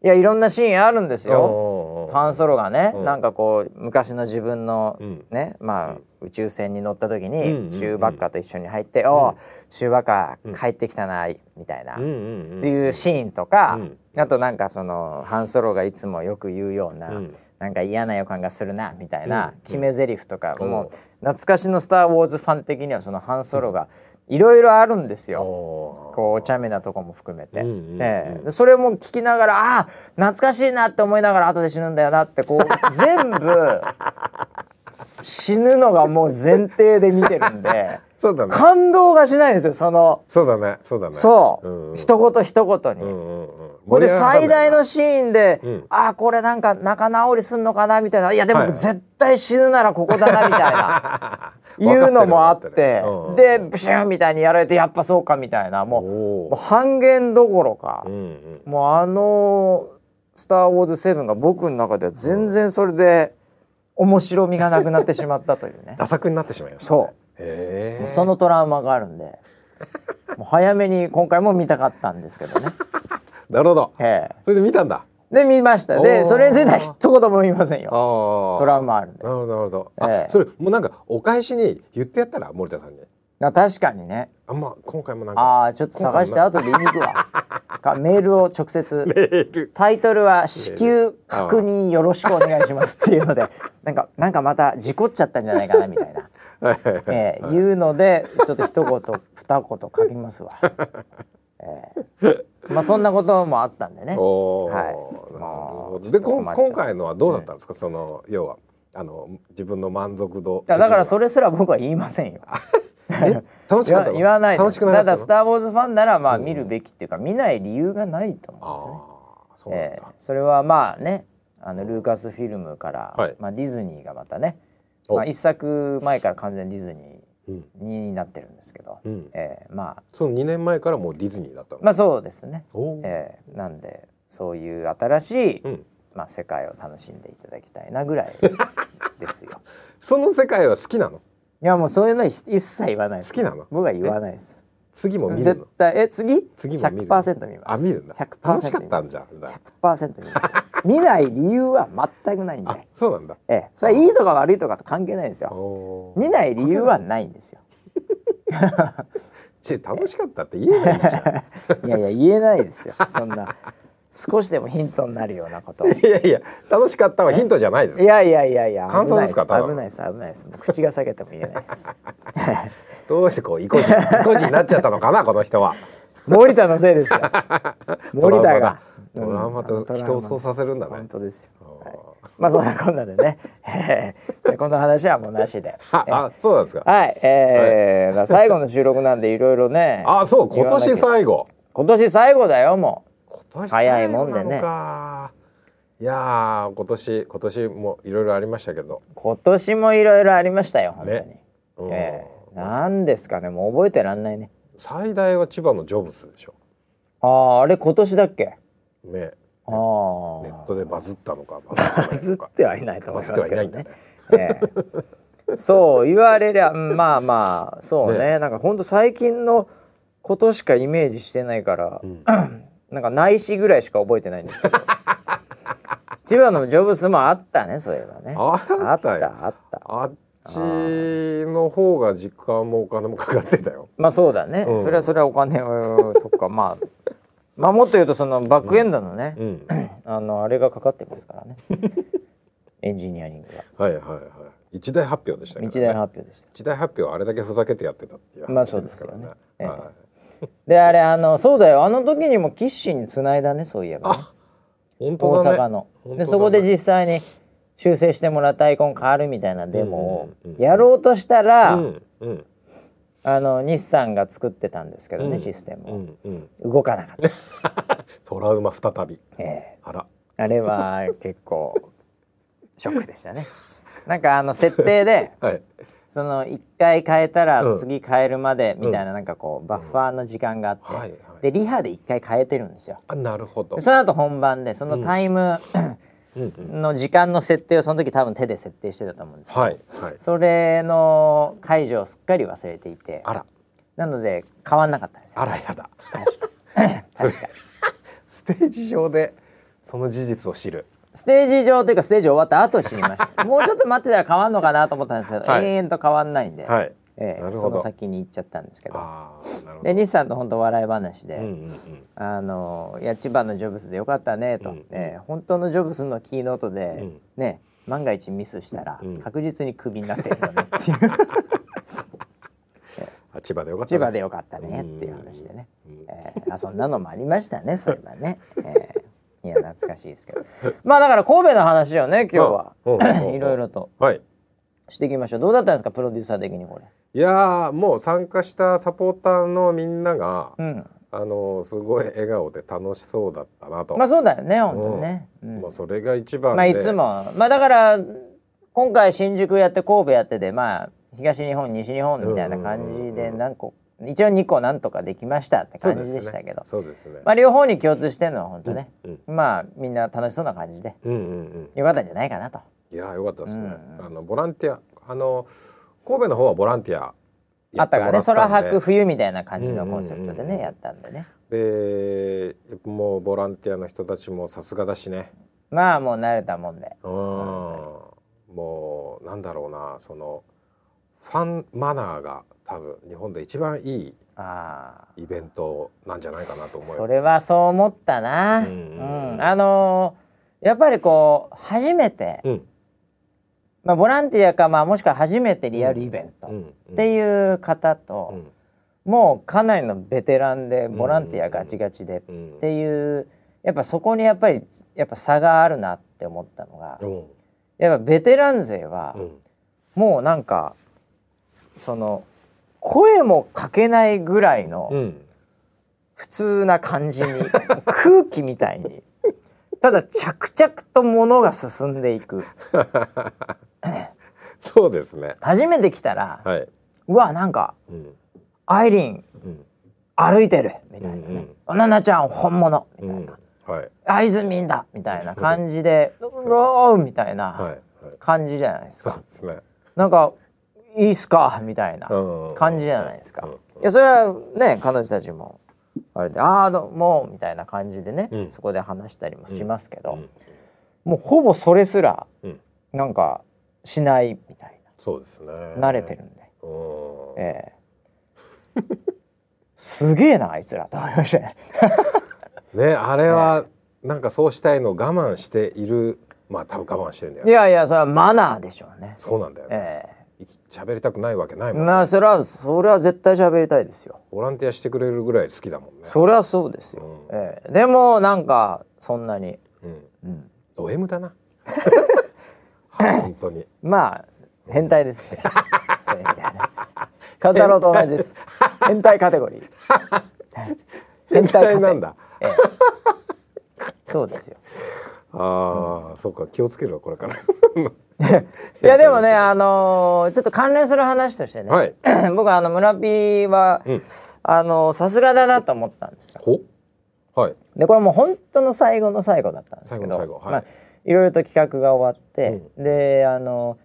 A: いやいろんなシーンあるんですよ、
B: うんうんうん
A: ハンソロがね、
B: うん
A: なんかこう昔の自分の
B: うん
A: ね、まあ、宇宙船に乗った時
B: うんうんう
A: に
B: ん
A: チューバッカと一緒に入って「おうチューバッカ帰ってきたな」みたいな、
B: うんうんうん
A: っていうシーンとか、
B: うん
A: あとなんかそのハンソロがいつもよく言うような、
B: うん
A: なんか嫌な予感がするなみたい
B: うんう
A: なん決め台詞とか、
B: うん
A: もう懐かしの「スター・ウォーズ」ファン的にはそのハンソロがいろいろあるんですよ。
B: おー
A: こうお茶目なとこも含めて、
B: うんうんうん
A: ええでそれも聞きながらああ懐かしいなって思いながら後で死ぬんだよなってこ う全部死ぬのがもう前提で見てるん で
B: そうだね
A: 感動がしないんですよその
B: そうだねそうだね
A: そう、
B: んん
A: 一言一言に。
B: うんうんうん
A: これ最大 のシーンで、
B: うん
A: ああこれなんか仲直りすんのかなみたいないやで
B: は
A: も
B: い
A: 絶対死ぬならここだなみ たいな。
B: 分かってる
A: いうのもあっ
B: 分かって
A: て
B: るうんうんうん
A: でブシュンみたいにやられてやっぱそうかみたいなもう
B: おー
A: もう半減どころか
B: うんうん
A: もうあの「スター・ウォーズ7」が僕の中では全然それで面白みがなくなってしまったとい うね
B: ダ作になってしまいました
A: そ
B: へ
A: う
B: え
A: そのトラウマがあるんでもう早めに今回も見たかったんですけど ね。
B: なるほど
A: ええ
B: それで見たんだ
A: で見ました
B: お
A: で
B: ー
A: それについては一言も言いません
B: あ
A: よ
B: ー
A: トラウマあるんで
B: なるほどなるほどあ、
A: ええ
B: それもうなんかお返しに言ってやったら森田さんに
A: な確かにね
B: あんま今回もなんか
A: ああちょっと探して後で言いに行く わかメールを直接
B: メール
A: タイトルは「至急確認よろしくお願いします」っていうので なんかなんかまた事故っちゃったんじゃないかなみたい な、
B: はいはいはい
A: えーいうのでちょっと一言二言書きます わ。えーまあそんなこともあったんでね。
B: おー
A: はい
B: なるほ
A: ま
B: ど
A: あ
B: で
A: ちょっと
B: こん
A: 困っちゃう
B: 今回のはどうだったんですか、その要はあの自分の満足度
A: だから
B: れ
A: それすら僕は言いませんよ。言
B: 楽しかっ
A: わ
B: たの
A: 言わないで
B: 楽
A: す
B: しくなか
A: ただ「
B: ったの
A: スター・ウォーズ」ファンならまあ見るべきっていうか見ない理由がないと
B: ああ
A: 思うんですよね。
B: ーそうなん
A: えー
B: だ、
A: それはまあねあのルーカスフィルムから、
B: はい
A: まあ、ディズニーがまたね、
B: お
A: まあ、一作前から完全にディズニ
B: うん
A: ーになってるんですけど、
B: うん
A: えーまあ
B: その2年前からもうディズニーだったの、
A: まあそうですね、
B: おー
A: えーなんでそういう新しい、
B: うん
A: まあ、世界を楽しんでいただきたいなぐらいです よ。
B: その世界は好きなの
A: いやもうそういうのは一切言わないです
B: 好きなの
A: 僕は言わないです。
B: 次も見る
A: 絶
B: の
A: 対え次
B: 次も見る
A: 100%見ます。
B: あ見るんだ
A: 100%
B: 楽しかったんじゃん
A: 100%見ます。見ない理由は全くないん
B: あ
A: で、
B: そうなんだ。
A: ええ、それはいいとか悪いとかと関係ないんですよ
B: おー
A: 見ない理由はないんですよ
B: ち楽しかったって言えないじゃ ん。
A: いやいや言えないですよそんな少しでもヒントになるようなことを
B: いやいや楽しかったはヒントじゃないです
A: い。やいやいやいや
B: 感想ですか
A: 危ないです危ないです危ないです口が裂けても言えないです
B: どうしてこう意固地意固地になっちゃったのかなこの人 は。
A: 森田のせいです よ森田が
B: トラウマだ
A: うん
B: トラウマと人をそうさせるんだね
A: 本当ですよ
B: あ
A: まあそんなこんなでね えーでこの話はもうなしで
B: ーあそうなんですか。
A: はいえーまあ最後の収録なんでいろいろね
B: あそう
A: 言
B: 今
A: わなきゃ
B: 年最後。
A: 今年最後だよも
B: 今年
A: 早い
B: 最
A: も
B: 後
A: んで
B: な
A: ね
B: のか。いやー今年今年もいろいろありましたけど。
A: う今年もいろいろありましたよ本当に、
B: ねうん
A: えーなんですかねもう覚えてらんないね
B: 最大は千葉のジョブズでしょ。
A: あああれ今年だっけ
B: ね
A: ああ
B: ネットでバズったのかバズ
A: バ
B: ってない
A: ズ
B: の
A: っ
B: か。
A: てはいないと思
B: バ
A: い
B: ズ
A: ま
B: って
A: すけ
B: はいない
A: ど
B: んだ
A: ね
B: ね。。
A: ええそう言われりゃうんまあまあそうねなんかほんと最近のことしかイメージしてないから、
B: ん
A: なんか内視ぐらいしか覚えてないんですけど 千葉のジョブスもあったねそういえばね
B: あ
A: あ
B: っ
A: った
B: よ
A: たあった
B: あっちの方が時間もお金もかかってたよ。
A: まあそうだね、
B: うん
A: それはそれはお金をとかまあ まあもっと言うとそのバックエンドのね、
B: うん。
A: あのあれがかかってますから ねエンジニアリングが
B: はいはいはい。一大発表でしたけど、
A: 日
B: ね。
A: 大の発表でした
B: 一大発表はあれだけふざけてやってたっていう
A: まあ
B: 話
A: そう
B: で
A: ですす
B: か
A: け
B: ら
A: ど
B: ね
A: ね。
B: は
A: であれあのそうだよあの時にもキッシーにつないだねそういえばね、
B: あい。本
A: 大
B: 当
A: 阪
B: だね。
A: の、
B: 本当だね
A: でそこで実際に修正してもらったアイコン変わるみたいなデモを
B: うんうんうん
A: やろうとしたら、
B: うんうん
A: あの日産が作ってたんですけどね、
B: うん
A: システム
B: う
A: を、
B: んうん。
A: 動かなかった、
B: トラウマ再び。
A: え
B: あら。
A: えあれは結構ショックでしたねなんかあの設定で
B: はい。
A: その1回変えた
B: う
A: ら
B: ん
A: 次変えるまでみたいななんかこうバッファーの時間があって、
B: はいはい。
A: でリハで1回変えてるんですよ
B: あなるほど
A: で。その後本番でそのタイム、
B: うんうん。
A: の時間の設定をその時多分手で設定してたと思うんですけど
B: はいはい。
A: それの解除をすっかり忘れていて
B: あら
A: なので変わんなかったんですよ
B: あらやだ。
A: 確か
B: ステージ上でその事実を知る。
A: ステージ上というかステージ終わった後知りまし たもうちょっと待ってたら変わんのかなと思ったんですけど、
B: はい
A: 永遠と変わんないんで、
B: はい。
A: ええ
B: なる
A: そ
B: ほど
A: の先に行っちゃったんですけど
B: ああなるほど。
A: で西さんと本当笑い話で、
B: うんうんうん。
A: あのいや千葉のジョブスでよかったねと、
B: うん
A: ええ本当のジョブスのキーノートで、
B: ん
A: ね万が一ミスしたら
B: うん
A: 確実にクビになってるよねっていう
B: あ千葉でよかった、
A: 千葉で。よかったねっていう話でね、
B: うん
A: えーあそんなのもありましたねそういえばね、えーいや懐かしいですけどまあだから神戸の話をね今日は
B: うんうん うん
A: いろいろと
B: はい。
A: していきましょうどうだったんですかプロデューサー的にこれ。
B: いやーもう参加したサポーターのみんなが、
A: うん、
B: あのーすごい笑顔で楽しそうだったなと、
A: ま
B: ま
A: あそうだよね本当にね。うん
B: あ、それが一番で、
A: まあいつもまあだから今回新宿やって神戸やってでまあ東日本西日本みたいな感じ
B: うんうんうん
A: で
B: うん
A: 何個一応2個なんとかできましたって
B: そう
A: 感
B: す
A: じ
B: ね
A: でしたけど、
B: そうですね、
A: まあ両方に共通してるのは本当ね、
B: うん
A: まあみんな楽しそうな感じで
B: うんうんうん
A: よかったんじゃないかなと。
B: いやーよかったですね、
A: うんうん
B: あのボランティアあの神戸の方はボランティア
A: あったからね空白
B: 白
A: 冬みたいな感じのコンセプトで
B: うんうんうんう
A: ね
B: ん
A: やったんでね
B: でもうボランティアの人たちもさすがだしね
A: まあもう慣れたもんで
B: うん、もうなんだろうなそのファンマナーが多分日本で一番いい
A: ああ
B: イベントなんじゃないかなと思うよ
A: それはそう思ったな、
B: う
A: うんん
B: うんうん
A: あのーやっぱりこう初めて、
B: うん
A: まあ、ボランティアか、まあ、もしくは初めてリアルイベント
B: う
A: っ
B: んうん
A: ていう方と、
B: うん
A: もうかなりのベテランでボランティアガチガチでっ
B: うん
A: ていうやっぱそこにやっぱりやっぱ差があるなって思ったのが
B: うん
A: やっぱベテラン勢は
B: うん
A: もうなんかその声もかけないぐらいの
B: うん
A: 普通な感じに空気みたいに ただ着々と物が進んでいく
B: そうですね
A: 初めて来たら
B: はいう
A: わなんか
B: うん
A: アイリン
B: うん
A: 歩いてるみたいな
B: うんう
A: ね
B: ん
A: 「ななちゃん本物」み
B: う
A: たい
B: ん
A: な
B: はい
A: 「あいずみんだ」みたいな感じで「うわー」みたい
B: はいは
A: ない感じじゃないです
B: そ
A: か。
B: うですね
A: なんか「いいっすか」みたいな
B: うん
A: 感じじゃないですか
B: うん。
A: いやそれはね彼女たちもあれで「ああどうも」みたいな感じでね
B: うん
A: そこで話したりもしますけ
B: う
A: ど
B: ん
A: もうほぼそれすら
B: うん
A: なんかしないみたい
B: そうですね
A: な慣れてるんで、
B: うん
A: ええすげえなあいつらと思いましたね
B: ねあれはなんかそうしたいのを我慢しているまあ多分我慢してるんだよ
A: い
B: ね
A: やいやそれはマナーでしょうね
B: そうなんだよね
A: え
B: 喋りたくないわけない
A: え
B: もん
A: まあそれはそれは絶対喋りたいですよ
B: ボランティアしてくれるぐらい好きだもんね
A: それはそうですよ、
B: うん
A: ええでもなんかそんなに、
B: うん
A: うん、
B: ド M だな 本当に
A: まあ変態ですね そういう意味ではねカタロウと同じです変態カテゴリー
B: 変態
A: カテ
B: なんだ
A: ええそうですよ
B: ああそうか気をつけるわこれから
A: いやでもねあのーちょっと関連する話としてね、
B: はい
A: 僕あの村ピーは、
B: うん
A: あのさすがだなと思ったんですよ
B: ほはい
A: でこれもう本当の最後の最後だったんですけど
B: 最後の最後はい
A: まあ、いろいろと企画が終わって、であの、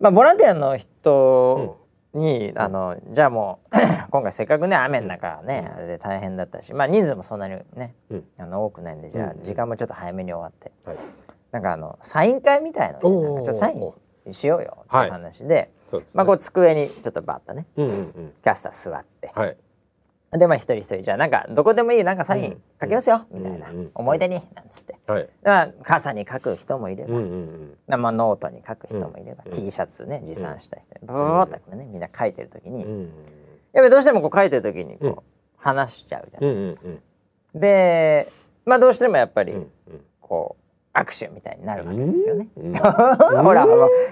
A: まあ、ボランティアの人に、あのじゃあもう 今回せっかくね雨の中ねあれで大変だったし、まあ、人数もそんなにね
B: うん
A: あの多くないんでじゃ
B: うん
A: あ時間もちょっと早めに終わって、
B: はい
A: なんかあのサイン会みたいなのね
B: おー
A: なんかちょっとサインしようよっていう話で、
B: そうですね
A: まあ、こう机にちょっとバッとね
B: うんうんうん
A: キャスター座って。
B: はい
A: でまあ一人一人じゃあなんかどこでもいいなんかサイン書きますよ、
B: うん
A: みたいな、
B: うんうん
A: 思い出になんつって
B: はい
A: まあ傘に書く人もいれ
B: う
A: ば、
B: んうん
A: まあ、ノートに書く人もいれば、
B: うん
A: T シャツね持参した人ブワーッとこうねみんな書いてる時に、
B: うん
A: や
B: う
A: っ
B: ん
A: ぱりどうしてもこう書いてる時に
B: うん
A: こう話しちゃうじゃ、
B: うんんうんうん
A: でまあどうしてもやっぱり
B: うん
A: こう握手みたいになるわ
B: う
A: け
B: ん
A: ですよね。
B: うん
A: ほらほら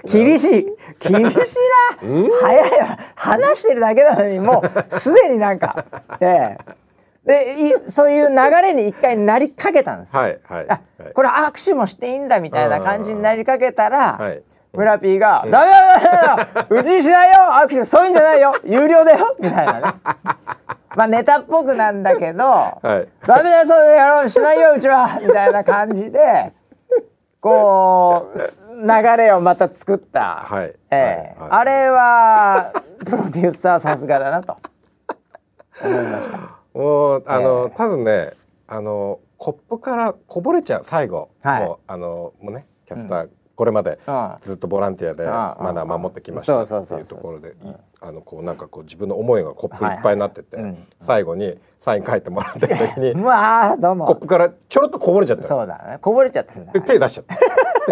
A: 厳しい厳しいな
B: うん
A: 早いわ話してるだけなのにもうすでになんか、ええ、でいそういう流れに一回なりかけたんですよ、
B: はいはいは
A: あ
B: い
A: これ握手もしていいんだみたいな感じになりかけたら、
B: はい
A: 村 P が「ダメだダメだダメだうちにしないよ握手そういうんじゃないよ有料だよ」みたいなねまあネタっぽくなんだけど「
B: はい
A: ダメだよそういうやろうしないようちは」みたいな感じでこうす流れをまた作った、
B: はい
A: ええ
B: はいはい
A: あれはプロデューサーさすがだなと。
B: もうあの、
A: え
B: 多分ねあのコップからこぼれちゃう最後、
A: はい
B: もうあのもうねキャスター、これまで
A: うん
B: ずっとボランティアで
A: ん
B: マナー守ってきまし
A: う
B: た
A: ん
B: って
A: そうそう
B: い
A: そうそ
B: うと
A: う
B: ころで、いあのこうなんかこう自分の思いがコップ
A: はい
B: いっぱいになってて、
A: はいうん
B: 最後にサイン書いてもらってる時に、
A: うわあどう
B: コップ
A: も。
B: からちょろっとこぼれちゃったの
A: そうだねこぼれちゃったんだ
B: で。手出しち ゃったで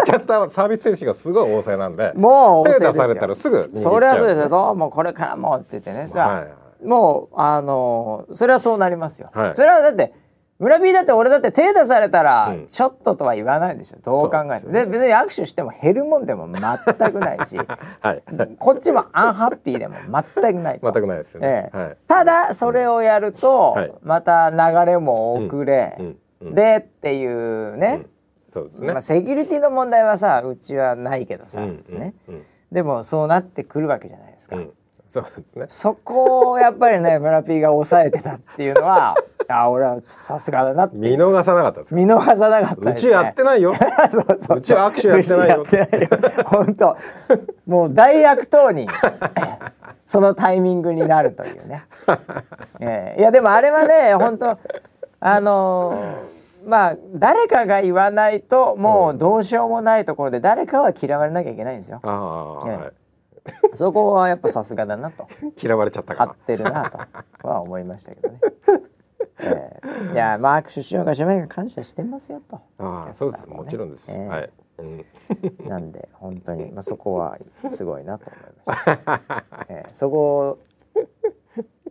B: キャスターはサービス精神がすごい旺盛なんで
A: もう旺盛ですよ
B: 手出されたらすぐ握っちゃう
A: それはそうですよどうもこれからもって言ってねさ、
B: はいは
A: もうあのそれはそうなりますよ、
B: はい
A: それはだって村 B だって俺だって手出されたら、
B: うん
A: ちょっととは言わないでしょどう考えて
B: そ
A: も
B: うで
A: で
B: す
A: 別に握手しても減るもんでも全くない し
B: はい
A: こっちもアンハッピーでも全くないと
B: 全くないですよね
A: ええ
B: はい
A: ただそれをやると、
B: はい
A: また流れも遅れ、
B: うんうんうん
A: でっていうね、
B: そうですね、
A: まあ、セキュリティの問題はさうちはないけどさ、
B: うんうん
A: ね
B: うん
A: でもそうなってくるわけじゃないですか、
B: うん、そうですね
A: そこをやっぱりね 村 P が抑えてたっていうのはあ俺はさすがだなって
B: 見逃さなかったですよ
A: 見逃さなかった
B: う
A: です、
B: ち
A: ね、
B: やってないよ
A: そうそうそう
B: うちは握手やってないよ
A: うちやってないよ本当もう大悪党 にそのタイミングになるというね、ええいやでもあれはね本当あのーまあ誰かが言わないともうどうしようもないところで誰かは嫌われなきゃいけないんですよ。
B: ああ、
A: ええ
B: はい
A: そこはやっぱさすがだなと。
B: 嫌われちゃった
A: 合
B: か
A: ってるなとは思いましたけどね。えーいやまあ握手しようがしまいが感謝してますよと。
B: らああそうですもちろんです、
A: ええ
B: はい、うん、
A: なんで本当にまあそこはすごいなと思いま した。えーそこ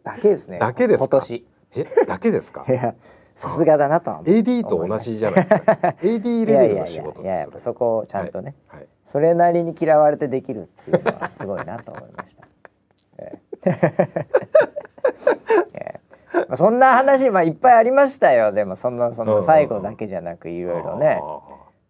A: だけですね。
B: だけですか
A: 今年
B: えだけですか
A: いやさすがだなとは思い
B: AD と同じじゃないですか AD レベルの仕事
A: いやいやいやいやや
B: で
A: っぱ
B: す
A: そこをちゃんとね、
B: はい、はい
A: それなりに嫌われてできるっていうのはすごいなと思いました。え えええまあそんな話、まあ、いっぱいありましたよでもそんなそ
B: うんうんう
A: の
B: ん
A: 最後だけじゃなくいろいろね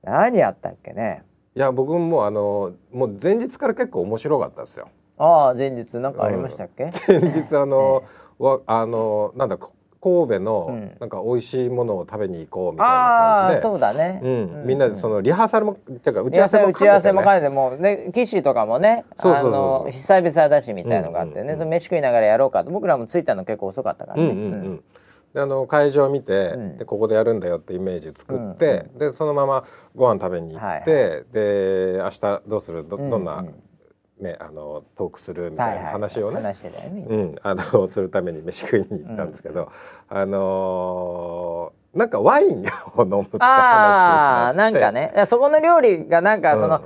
B: ああ
A: 何あったっけね
B: いや僕もあのもう前日から結構面白かったですよ
A: ああ前日なんかありましたっけ、
B: 前日あの、わあのなんだこ神戸
A: う
B: の
A: ん
B: なんか美味しいものを食べに行こうみたいな
A: あ
B: 感
A: あ
B: じで、
A: そうだね、
B: うんみんなでそのリハーサルもっていうか打
A: 打
B: ち合わせ
A: 打
B: も兼ねて
A: ち合わせも
B: ね
A: 兼ねてもうね岸とかもね
B: そうそうそうそう
A: あの久々だしみたいのがあってね、
B: うんうんうん
A: その飯食いながらやろうかと僕らも着いたの結構遅かったから
B: う
A: ね、
B: んうんうん、であの会場を見て、
A: うん
B: でここでやるんだよってイメージ作って、でそのままご飯食べに行って、
A: はい
B: で明日どうするど
A: うん
B: どんな、
A: うん
B: ね、あのトークするみ
A: は
B: た
A: い
B: い
A: は
B: ない話をね、
A: 話してたよね、
B: うん、あのするために飯食いに行ったんですけど、あのーなんかワインを飲むって話になって
A: ああなんかねいやそこの料理がなんかその、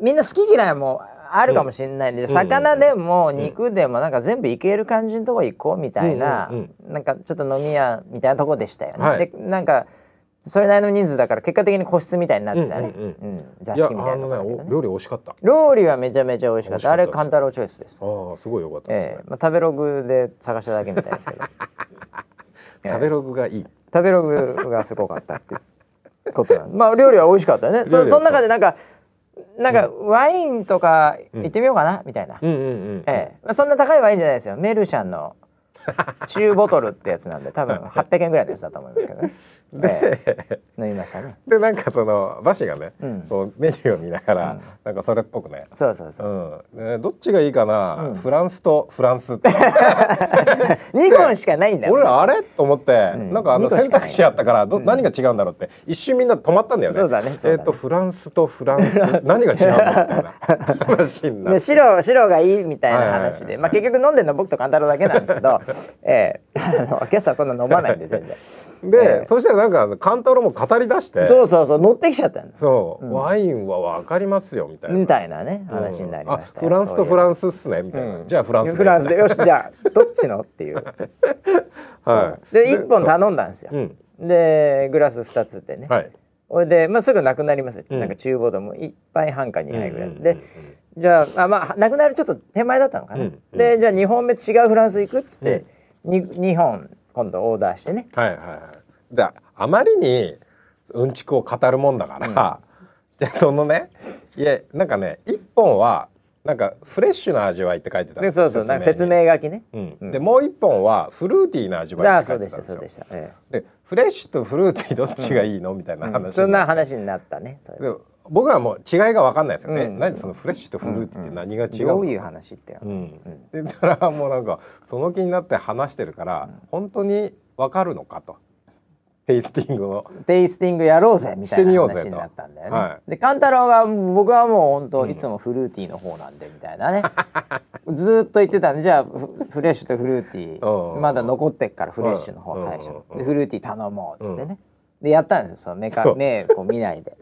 A: みんな好き嫌いもあるかもしれないんで、
B: ん
A: 魚でも肉でもなんか全部いける感じのとこ行こうみたいな、
B: うんうん
A: なんかちょっと飲み屋みたいなとこでしたよね。
B: はい
A: でなんかそれなりの人数だから結果的に個室みたいになってたよね、
B: うんうん
A: うん座
B: いやあ
A: 敷みたいなとこだ
B: の
A: けど
B: ね
A: ね
B: お料理美味しかったあ
A: 料理はめちゃめちゃ美味しかった
B: 美味しかった
A: あ
B: です
A: れカンタロウチョイスです。
B: あすごい良かったですね
A: ええ、まあ、食べログで探しただけみたいですけど え
B: 食べログがいい、
A: 食べログがすごかったっていうことなんでまあ料理は美味しかったよね
B: 料
A: そ
B: 理は
A: その中でなんかなんかワインとか行ってみようかな、みたいな、
B: うんうんうん
A: ええまあ、そんな高いワインじゃないですよメルシャン の中ボトルってやつなんで多分800円ぐらいのやつだと思いますけどね、ええ、飲みましたね
B: でなんかその馬車がね、
A: うん
B: こうメニューを見ながら、なんかそれっぽくね
A: そうそう
B: う
A: そう、
B: ん、でどっちがいいかな、フランスとフ ランスって
A: 2本しかないんだよ
B: 俺らあれと思って、
A: ん
B: なんかあの
A: 二個しかな
B: 選
A: い
B: 択肢あったからど、何が違うんだろうって一瞬みんな止まったんだよね。
A: そうだねそうだね
B: えっ、とフランスとフラ ンス何が違うんだみたいな話にな
A: で
B: って。
A: 白白がいいみたいな話で、
B: はいはいはいはい
A: まあ、結局飲んでるの僕と勘太郎だけなんですけど、 ええ、あの今朝そんな飲まないんで全然
B: で、そしたらなんかあのカンタロも語り出して、
A: そうそうそう乗ってきちゃったんです
B: そう、ワインはわかりますよみたいな。
A: みたいなね話になりました
B: あフランスとフ
A: ン
B: ランスっすねみたいな、じゃあフランスで
A: フランスでよしじゃあどっちのって いう
B: はい
A: で1本頼んだんですよ、
B: うん
A: でグラス2つでね、
B: はい
A: これで、まあ、すぐなくなりますよ、
B: ん
A: なんか厨房でも1杯半か2杯ぐらい、
B: うんうんうんうん
A: でじゃああまあなくなるちょっと手前だったのかな、
B: うんうん
A: でじゃあ2本目違うフランス行くっつって、に二 2, 本今度オーダーしてね
B: はいはいはいであまりにうんちくを語るもんだから、 じゃあそのねいやなんかね一本はなんかフレッシュな味わいって書いてたん
A: で
B: です
A: そうそうなんか説
B: に
A: 明書きね、
B: うん、でもう一本はフルーティーな
A: じ
B: 味
A: ゃ
B: わい
A: あ
B: って書
A: そう
B: い
A: で
B: てた
A: したそ
B: んです
A: う
B: よ
A: でした、え
B: でフレッシュとフルーティーどっちがいいの、みたいな
A: え
B: 話になって
A: そんな話になったねそれで
B: で僕らもう違いが分かんないですよね、
A: うん
B: 何そのフレッシュとフルーティーって何が違うの、
A: どういう話って、
B: うん、でたらもうなんかその気になって話してるから、本当にわかるのかとテイスティングの
A: テイスティングやろうぜみたいな話になったんだよね。
B: してみようぜとは
A: で勘太郎が僕はもう本当いつもフルーティーの方なんでみたいなね、ずーっと言ってたんでじゃあフフレッシュとフルーティ
B: うんうん
A: ー
B: うん
A: まだ残ってっからフレッシュの方最初
B: うんうんうん
A: でフルーティー頼もうっつってね、でやったんですよその目か
B: そう
A: 目こう見ないで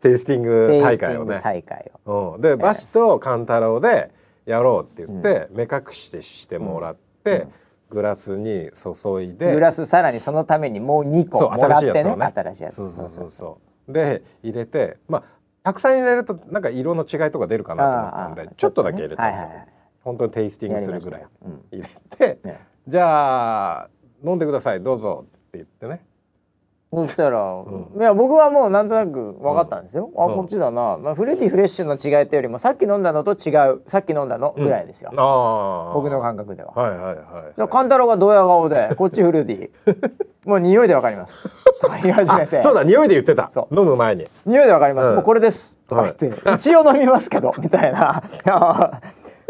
B: テイスティング
A: テイ
B: 大
A: ステ
B: 会
A: ィ
B: を
A: ング
B: ね。
A: 大会を。
B: うん、でバシと勘太郎でやろうって言って、目隠ししてもらって、グラスに注いで
A: グラスさらにそのためにもう2
B: そ
A: 個
B: う
A: もら
B: 新
A: っ
B: しい
A: て
B: やつ
A: ね
B: をね
A: 新しいやつ
B: そうそうそうそうで入れてまあたくさん入れるとなんか色の違いとか出るかなと思ったん
A: あー
B: で
A: あー
B: ちょっとだけ入れたんですよ、
A: はいはいはい
B: 本当にテイスティングするぐらい
A: やりま
B: 入れて、
A: ね
B: じゃあ飲んでくださいどうぞって言ってね
A: そしたら、いや僕はもうなんとなく分かったんですよ、あ
B: うん
A: こっちだな、まあ、フルーティーフレッシュの違いってよりもさっき飲んだのと違うさっき飲んだのぐらいですよ、
B: ああ
A: 僕の感覚では、
B: はいはいはい、
A: じゃあ勘太郎がドヤ顔 でこっちフルーティーもう匂いで分かりますとか言い始めて
B: あそうだ匂いで言ってた
A: そ
B: 飲む前に
A: 匂いで分かります、
B: うん
A: もうこれですとか言って、一応飲みますけどみたいな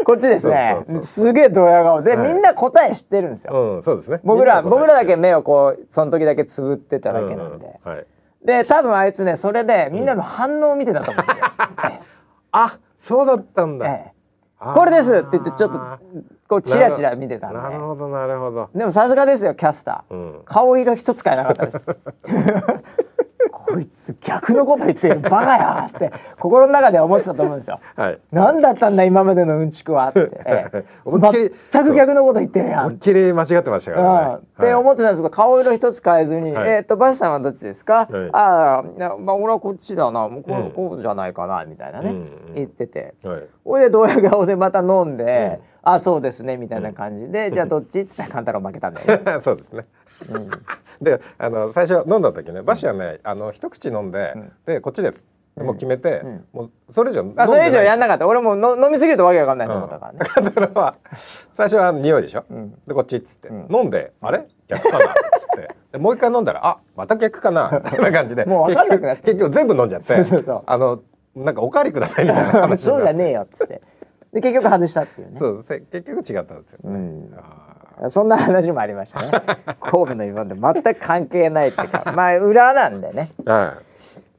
A: こっちですね
B: そうそうそう
A: すげえドヤ顔で、
B: はい
A: みんな答え知ってるんですよ、
B: うんそうですね
A: 僕ら
B: みんな
A: 僕
B: の
A: ら
B: 答
A: だ
B: え
A: け目をこうその時だけつぶってただけなんで、
B: うんうんはい、
A: で多分あいつねそれでみんなの反応を見てたと思うんですよ。
B: あそうだったんだ、
A: ええ
B: あー
A: これですって言ってちょっとこうチラチラ見てたん
B: なる
A: で
B: ほどなるほど
A: でもさすがですよキャスター、
B: うん
A: 顔色一つ変えなか ったですこいつ逆のこと言ってるバカやって心の中では思ってたと思うんですよ。
B: はい
A: 何だったんだ今までのうんちくはって、ええ
B: 思いっきり
A: 全く逆のこと言ってるやん
B: 思いっきり間違ってましたか
A: うん
B: らね
A: って
B: はい
A: 思ってたんですけど顔色一つ変えずに「
B: はい
A: えっ、とバシさんはどっちですか
B: はい
A: ああいやまあ俺はこっちだなもうこ,、う
B: うん
A: こうじゃないかな」みたいなね、
B: うんうん
A: 言ってて。
B: はい
A: ほいでドヤ顔でまた飲んで「あそうですね」みたいな感じで「じゃあどっち?」っつったら勘太郎負けたんだよね。
B: そうですね。で、あの最初飲んだ時ね、バシはね、あの一口飲んで、でこっちです。でもう決めて、もうそれ以上飲んでな
A: あ
B: い。
A: それ以上やん
B: な
A: なかった俺もうの飲みすぎるとわけわかんないと思ったから ね。
B: かったのは、最初は匂いでしょ。でこっちっつって、飲んで、あれ逆かなっつって、でもう一回飲んだら、あまた逆かなみたいな感じ で、
A: もう分かんなくなって
B: 結局結局全部飲んじゃって
A: そうそう、
B: あのなんかおかわりくださいみたい な話に
A: そうじ
B: な
A: ゃ
B: って。
A: ねえよっつってで結局外したっていうね。
B: そうせ結局違ったんですよね。あ
A: そんな話もありま したね神戸のイベント全く関係ないっていうかまあ裏なんでね
B: は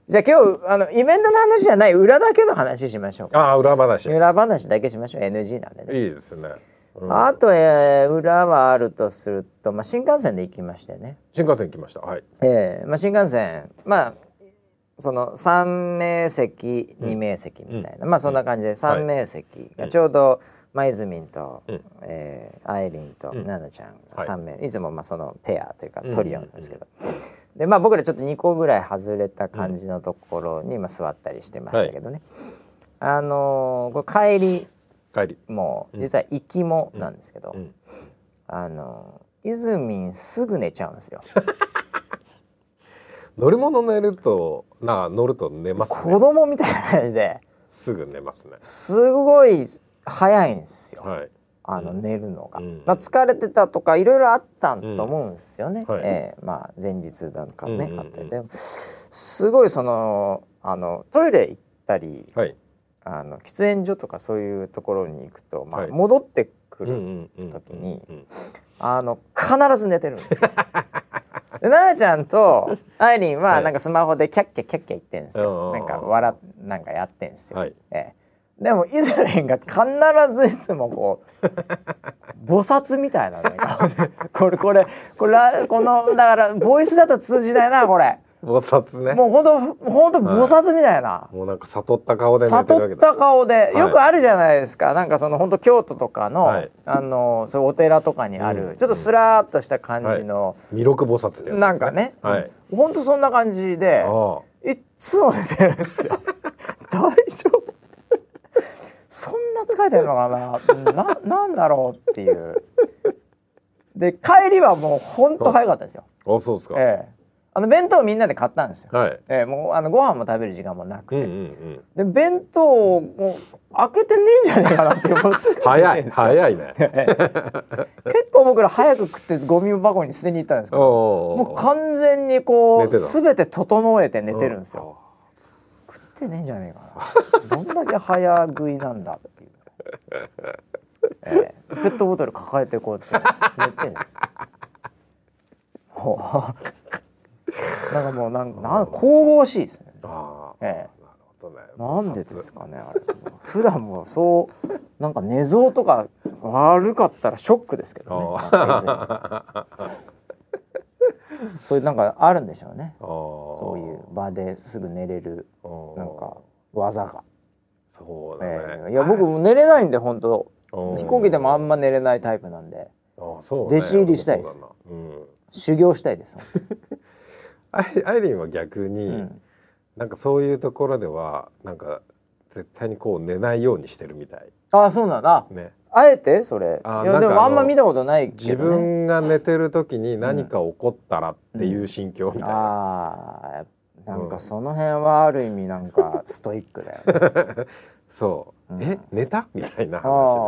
B: い
A: じゃあ今日あのイベントの話じゃない裏だけの話しましょうか
B: ああ裏話いい
A: 裏話だけしましょう NG なんでね
B: ですね、うん
A: あと、えー裏はあるとすると、まあ、新幹線で行きましてね、
B: 新幹線来ましたはい
A: えーまあ、新幹線まあその3名席2名席みたいな、まあそんな感じで3名席がちょうど、まあ、イズミンと、
B: うん
A: えーアイリンと
B: うん
A: ナナちゃんが
B: はい
A: 3名、い、つもまあそのペアというか
B: うん
A: トリオなんですけど、でまあ僕らちょっと2個ぐらい外れた感じのところに、まあ、座ったりしてましたけどね、あのーこれ帰り
B: 帰り
A: も
B: うん
A: 実は行きもなんですけど、
B: うん
A: あのイズミンすぐ寝ちゃうんですよ。
B: 乗り物乗るとなあ乗ると寝ます
A: 子
B: ね
A: 供みたいな感じで、
B: すぐ寝ますね
A: すごい早いんですよ。
B: はい
A: あの
B: うん
A: 寝るのが、
B: うん
A: まあ疲れてたとかいろいろあったんと思うんですよね。
B: うんはい
A: ええまあ前日なんかね、
B: うんうんうん
A: あってでもすごいそのあのトイレ行ったり、
B: はい
A: あの喫煙所とかそういうところに行くと、まあ
B: はい
A: 戻ってくる
B: んうん
A: 時に
B: うん
A: あの必ず寝てるんで すよ。で奈々ちゃんとアイリン
B: は
A: はいなんかスマホでキャッキャキャッキャ言ってんですよ。
B: う
A: な
B: んうんん
A: か笑っなんかやってんですよ。
B: はい
A: ええ、でもイズレンが必ずいつもこ う菩薩みたいなね顔でこれこれこれらこのだからボイスだと通じないなこれ
B: 菩薩ね
A: もうほんとほんと菩薩みたいな。
B: もうなんか悟った顔で寝てるわ
A: 悟
B: け
A: っ
B: だ
A: た顔で
B: い
A: よくあるじゃないですか、なんかその本当京都とかの、
B: はい
A: あのそういうお寺とかにある、
B: うん
A: ちょっとスラーっとした感じの、
B: 弥勒菩薩ってやつですね
A: なんかね、
B: はい
A: 本当そんな感じで
B: あ
A: いっつも寝てるんですよ 大丈夫そんな疲れてるのかなななんだろうっていうで帰りはもう本当早かったですよ、
B: ああそうですか
A: ええあの弁当みんなで買ったんですよ、
B: はい
A: ええもうあのご飯も食べる時間もなくて、
B: うんうんうん
A: で弁当をもう開けてねえんじゃねえかなってもうすぐ
B: 早
A: 出て
B: い
A: んですよ
B: 早いね
A: 結構僕ら早く食ってゴミ箱に捨てに行ったんですけども
B: も
A: う完全にこ
B: 寝て
A: う
B: た
A: 全て整えて寝てるんですよ食ってねえんじゃねえかなどんだけ早食いなんだっていう、ええペットボトル抱えてこうやって寝てるんですよもうなんかもうなんかなん神々しいですね
B: ああ
A: ええ
B: なるほど
A: な
B: ね
A: んでです
B: か
A: かねあれ普段もそうなんか寝相とか悪かったらショックですけどね なんか以前そういうなんかあるんでしょうねそ
B: そう
A: いう場ですぐ寝れる
B: う
A: なんか技が、
B: そうだ
A: え
B: ね
A: えいや僕も寝れないんで本当
B: うん
A: 飛行機でもあんま寝れないタイプなんで
B: あそうね
A: 弟子入りしたいです
B: そうだなうん
A: 修行したいです、
B: アイアイリンは逆
A: う
B: に
A: ん、
B: なんかそういうところではなんか絶対にこう寝ないようにしてるみたい
A: ああそうなんだ
B: ね
A: ああえてそれ
B: あ
A: いや
B: なん
A: で
B: か
A: もあ
B: あ
A: ん
B: の
A: ま見たことないけ
B: 自
A: ど、ね、
B: 分が寝てる時に何か起こったらっていう心境みたいな
A: ああなんかその辺はある意味なんかストイックだよね
B: そう、
A: うん
B: え寝たみたいな
A: ああ
B: 話
A: あ
B: ね
A: あああ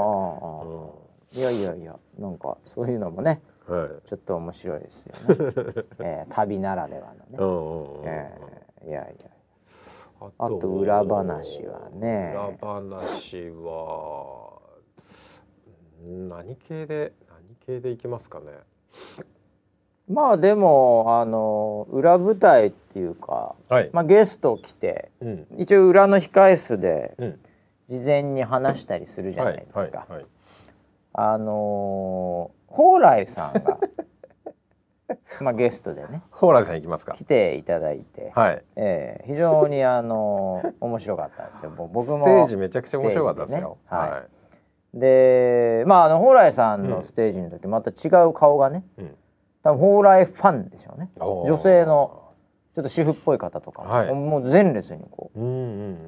A: いやいやいやなんかそういうのもね
B: うんはい
A: ちょっと面白いですよ ね、えー、旅ならでは
B: う
A: のね、
B: んうんうんうん
A: えー、いやいや
B: あ
A: あと裏話はね
B: 裏話はうん何系で何系でいきますかね
A: まあでもあの裏舞台っていうか、
B: はい、
A: まあ、ゲスト来て
B: うん
A: 一応裏の控え室で
B: うん
A: 事前に話したりするじゃないですか、
B: はいはいはい
A: あのー、蓬莱さんが まあゲストでね
B: ホーラーさんいきますか
A: 来ていただいて、
B: はい
A: えー非常にあのー面白かったんですよ。ぼ僕も
B: ステージめちゃくちゃ面白かったですよ、
A: ステージでねはでまああの蓬莱さんのステージの時、また違う顔がね
B: い、うん
A: 多分蓬莱ファンでしょうね
B: おー
A: 女性のちょっと主婦っぽい方とかも、
B: はい
A: もう前列にこ
B: うんうんう
A: う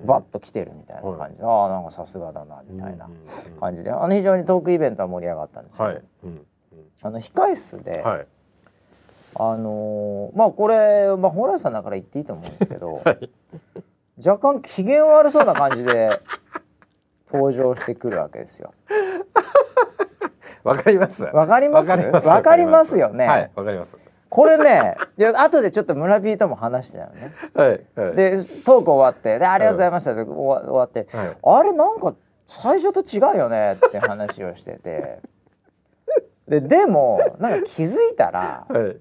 A: んバッと来てるみたいな感じで、ああなんかさすがだなみたいな
B: うんうんうん
A: 感じであの非常にトークイベントは盛り上がったんですけど、
B: はい、うん
A: あの控室で、
B: うん、はい
A: あのーまあこれ、まあ、蓬莱さんだから言っていいと思うんですけ ど、若干機嫌悪そうな感じで登場してくるわけですよ。
B: わかりますわ
A: わかりますわかりますよね
B: はいわかります
A: これねいや後でちょっと村ーとも話してたよね。
B: はいはい
A: でトーク終わってで「ありがとうございました」って終わ終わって「
B: はい
A: あれなんか最初と違うよね」って話をしててででもなんか気づいたら
B: はい。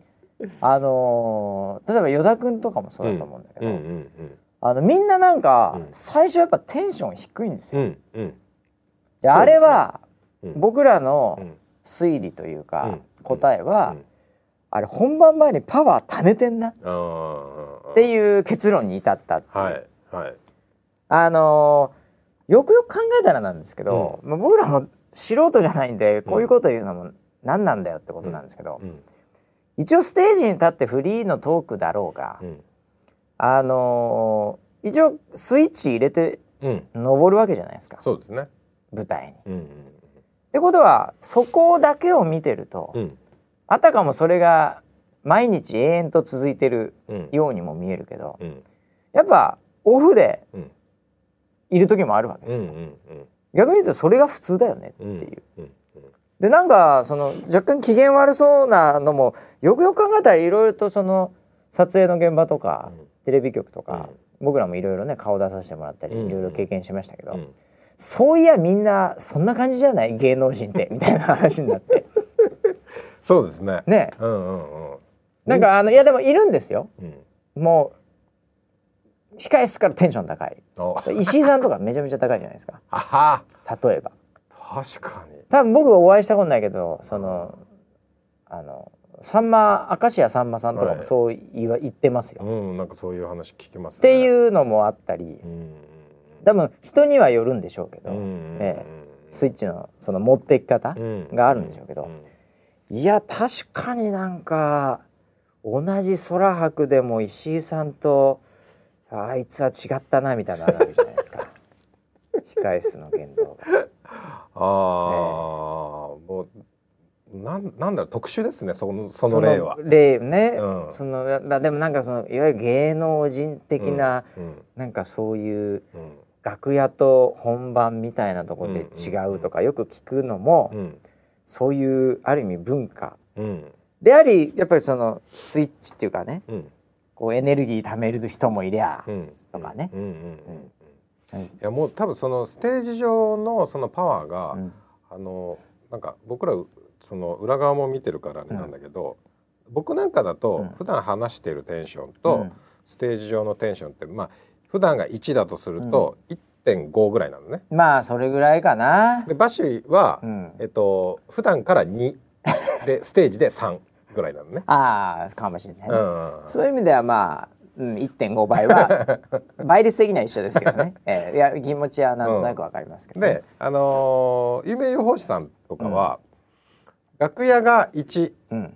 A: あのー例えば依田君とかもそうだと思うんだけど、
B: うんうん
A: あのみんななんか、
B: うん
A: 最初やっぱテンション低いんです
B: う
A: よ。
B: んうん
A: で
B: そうですね
A: あれは、
B: うん
A: 僕ら
B: う
A: の
B: ん
A: 推理というか、
B: うん
A: 答えは、
B: うん
A: あれ本番前にパワー貯めてんなっ
B: あー
A: ていう結論に至ったっていう
B: はいはい
A: あのーよくよく考えたらなんですけど、まあ僕らも素人じゃないんでこういうこと言うのも何なんだよってことなんですけど、
B: うん
A: 一応ステージに立ってフリーのトークだろうが、
B: うん
A: あのー一応スイッチ入れて
B: うん
A: 登るわけじゃないですか
B: そうですね
A: 舞台に。っ
B: うん
A: てことはそこだけを見てると、
B: うん
A: あたかもそれが毎日永遠と続いてる
B: うん
A: ようにも見えるけど
B: うん
A: やっぱオフで
B: うん
A: いる時もあるわけ
B: う
A: ですよ。
B: んうん
A: 逆に言うとそれが普通だよねって
B: うん
A: いう。
B: うん
A: でなんかその若干機嫌悪そうなのもよくよく考えたらいろいろとその撮影の現場とか、
B: うん
A: テレビ局とか、僕らもいろいろね顔出させてもらったり
B: うん
A: いろいろ経験しましたけど、
B: うん
A: そういやみんなそんな感じじゃない芸能人ってみたいな話になって
B: そうですね
A: ね
B: うんうんうん
A: なんかあのいやでもいるんですよ
B: うん
A: もう控室からテンション高い
B: お
A: 石井さんとかめちゃめちゃ高いじゃないですか
B: あは
A: 例えば
B: 確かに
A: 多分僕お会いしたことないけどそのあのさんま明石家さんまさんとか
B: は
A: も
B: い
A: そう言わ言ってますよ、っ
B: うんなんかそういう話聞きますね
A: ていうのもあったり
B: うんうん
A: 多分人にはよるんでしょうけど、
B: うんうんうん
A: えスイッチのその持っていき方、
B: うん
A: があるんでしょうけど
B: ん
A: いや確かになんか同じ空白でも石井さんとあいつは違ったなみたいなのあるわけじゃない ですか控室の言動が。
B: ああ、もうなんなんだろう特殊ですねそのその例は
A: その例ね、
B: うん
A: そのやまあでもなんかそのいわゆる芸能人的な、
B: うん
A: なんかそういう
B: うん
A: 楽屋と本番みたいなところで違うとかよく聞くのも、
B: うん
A: そういうある意味文化
B: うん
A: でありやっぱりそのスイッチっていうかね
B: うん
A: こうエネルギー貯める人もいりゃ、
B: うん
A: とかね
B: うんうんうん
A: うん
B: いやもう多分そのステージ上のそのパワーが、
A: うん
B: あのなんか僕らうその裏側も見てるからあれなんだけど、僕なんかだ
A: う
B: と
A: ん
B: 普段話してるテンションと、
A: うん
B: ステージ上のテンションってまあ普段が1だとすると1.5ぐらいなのね。
A: まあそれぐらいかな。
B: でバシは、
A: うん
B: えっと普段から2 でステージで3ぐらいなのね。
A: ああかもしれない、
B: うんうんうん
A: そういう意味ではまあ、うん、1.5倍 は倍率的には一緒ですけどね。えー、いや気持ちはなんとなくわかりますけど、ね
B: で、あのー、夢予報士さんとかは、楽屋が1
A: うん、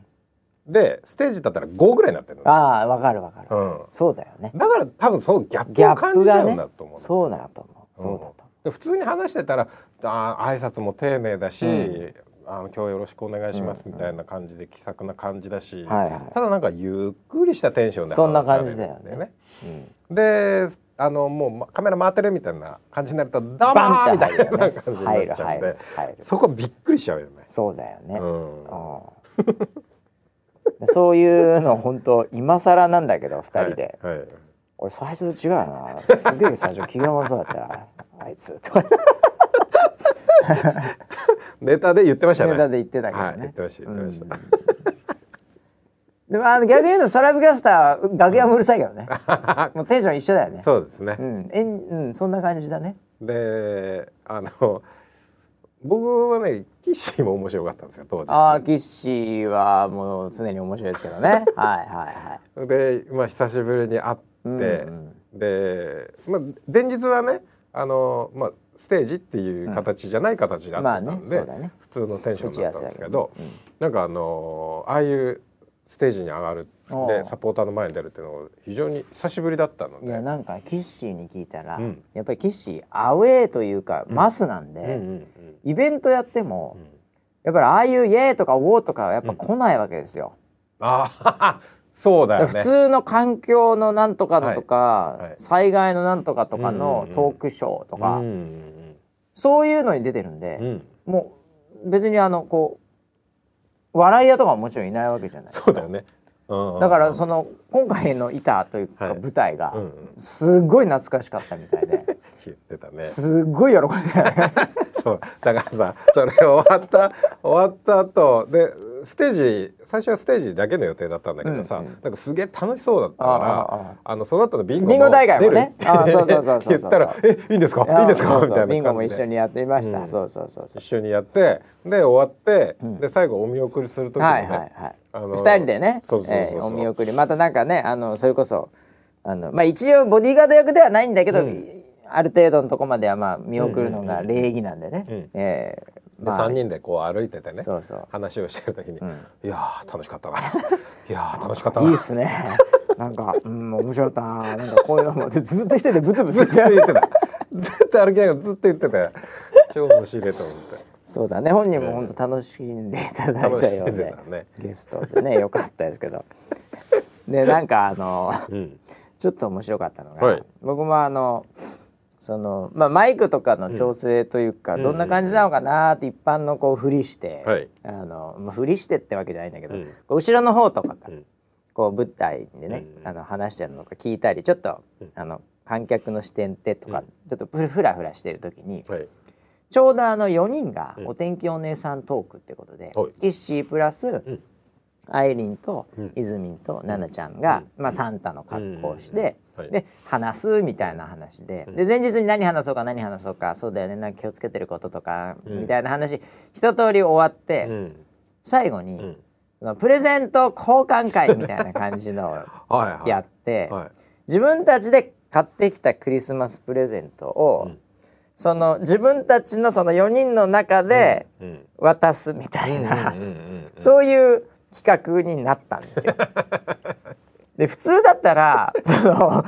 B: でステージだったら5ぐらいになってるのね、
A: ああわかるわかる、
B: う
A: そうだよね
B: ん、。だから多分そのギャップ
A: ギャッ
B: を感
A: プ
B: じち
A: が
B: ゃうん
A: ね
B: だと思うの
A: そうだと思う。そうだと思
B: で普通に話してたらあー挨拶も丁寧だし、
A: うん
B: あの今日よろしくお願いしますみたいな感じで気さくな感じだし、
A: はいはい
B: ただなんかゆっくりしたテンションで
A: そんな
B: 話さ
A: 感
B: れる
A: じ
B: ん
A: だよ
B: だよ
A: ね
B: ね。
A: う。うん
B: であのもうまカメラ回ってるみたいな感じになると「どうも
A: バ
B: ー!」
A: ンって
B: みた
A: 入る
B: い
A: よ
B: な
A: ね。
B: 感じに
A: 入
B: な
A: る
B: っちゃう
A: 入
B: んで
A: る入る。
B: そこびっくりしちゃうよね。
A: そうだよね。
B: う
A: う
B: ん
A: んそういうの本当今更なんだけど2人で、
B: はいはい
A: 俺最初と違うなすげえ最初気が悪そうだったなあいつとか
B: ネタで言ってましたね。
A: ネタで言ってたけどね
B: はい、言ってました言ってました。
A: でもあの逆に言うとサラブキャスター楽屋もうるさいけど ね、もうテンション一緒だよね
B: そうですね
A: う。んえんうんそんな感じだね
B: で、あの僕はね、キッシーも面白かったんですよ当
A: あ
B: 日
A: あ。キッシーはもう常に面白いですけ どねはいはいはい
B: で、まあ久しぶりに会って、
A: うんうん
B: で、まあ前日はね、あのまあステージっていう形じゃない形だったんで、
A: まあねそうだね
B: 普通のテンションだったんですけど、
A: 打ち合わせだけどね
B: なんかあのああいうステージに上がる
A: お
B: で
A: ー
B: サポーターの前に出るっていうのが非常に久しぶりだったの
A: い
B: で。
A: やなんかキッシーに聞いたら、
B: うん
A: やっぱりキッシーアウェーというか、マスなんで、
B: うんうんうん
A: イベントやっても、
B: ん
A: やっぱりああいう「イエーイ!」とか「おー!」とかはやっぱ来ないわけですよ。
B: ああそうだよね
A: 普通の環境のなんとかのとか、
B: いはい
A: 災害のなんとかとか
B: うん
A: の
B: うんうん
A: トークショーとか、
B: うんうん
A: そういうのに出てるん
B: うんう
A: で、
B: ん
A: もう別にあのこう笑い屋とかももちろんいないわけじゃない。
B: そうだよね、うんうん、
A: だからその今回の板というか
B: はい
A: 舞台が
B: うんうん
A: すっごい懐かしかったみたいで、
B: 言ってたね
A: すっごい喜んでたね。
B: そうだからさそれ終わった終わった後でステージ最初はステージだけの予定だったんだけどさ、
A: うんうん
B: なんかすげえ楽しそうだったから
A: あああ
B: あのその後のビンゴ
A: ビンゴ大会もね
B: 出るって
A: あそうそうそうそう
B: 言ったら「えいいんですか
A: や
B: いいんですか?」
A: そう
B: み
A: そ
B: た
A: う
B: い
A: ビンゴ
B: な
A: も
B: 感じ
A: 一緒
B: で
A: にやっていました、
B: うん
A: そうそうそうそう
B: 一緒にやってで終わって、
A: うん
B: で最後お見送りする時もね、
A: はいはいはい、
B: あの
A: 2人でね
B: そうそうそうそう
A: えーお見送りまたなんかねあのそれこそあの、まあ、一応ボディーガード役ではないんだけど、
B: うん
A: ある程度のとこまではまあ見送るのが礼儀なんでね、
B: うん
A: えー
B: で
A: まあ、
B: 3人でこう歩いててね
A: そうそう
B: 話をしてる時に「
A: ん
B: いやー楽しかったな」「いやー楽しかった
A: い
B: な」
A: いっすね なんかうん面白かったななんかこういうのもでずっと一人でブツブツ言 ってる
B: ずっと言ってたずっと歩きながらずっと言ってて超面白いと思って
A: そうだね本人も本当楽しんでいただい
B: 楽
A: た
B: し
A: ようん
B: で
A: で
B: た、ね
A: ゲストでねよかったですけ どでなんかあの
B: うん
A: ちょっと面白かったのが、
B: はい
A: 僕もあのその、まあ、マイクとかの調整というか、
B: うん
A: どんな感じなのかなって一般のこうふりして、
B: はい
A: あのまあ、ふりしてってわけじゃないんだけど、
B: うん
A: こう後ろの方とかから、
B: うん
A: こう舞台でね、
B: うん
A: あの話してるのか聞いたりちょっと、
B: うん
A: あの観客の視点ってとか、
B: うん
A: ちょっとふふらふらしてる時に
B: はい
A: ちょうどあの4人が
B: うん
A: お天気お姉さんトークってことで、
B: はい
A: キッシープラス、
B: ん
A: アイリンと、
B: うん
A: イズミンとナナちゃんが、まあ、サンタの格好をして、
B: うんうんうんはい
A: で話すみたいな話で,、
B: ん
A: で前日に何話そうか何話そうかそうだよねなんか気をつけてることとか、
B: うん
A: みたいな話一通り終わって、
B: うん
A: 最後に、
B: うん
A: そのプレゼント交換会みたいな感じのを
B: はいはい
A: やって、
B: はい
A: 自分たちで買ってきたクリスマスプレゼントを、
B: うん
A: その自分たちのその4人の中で
B: うん
A: 渡すみた
B: う
A: い
B: ん
A: な、
B: うんうん
A: そういう企画になったんです よ。で普通だったらその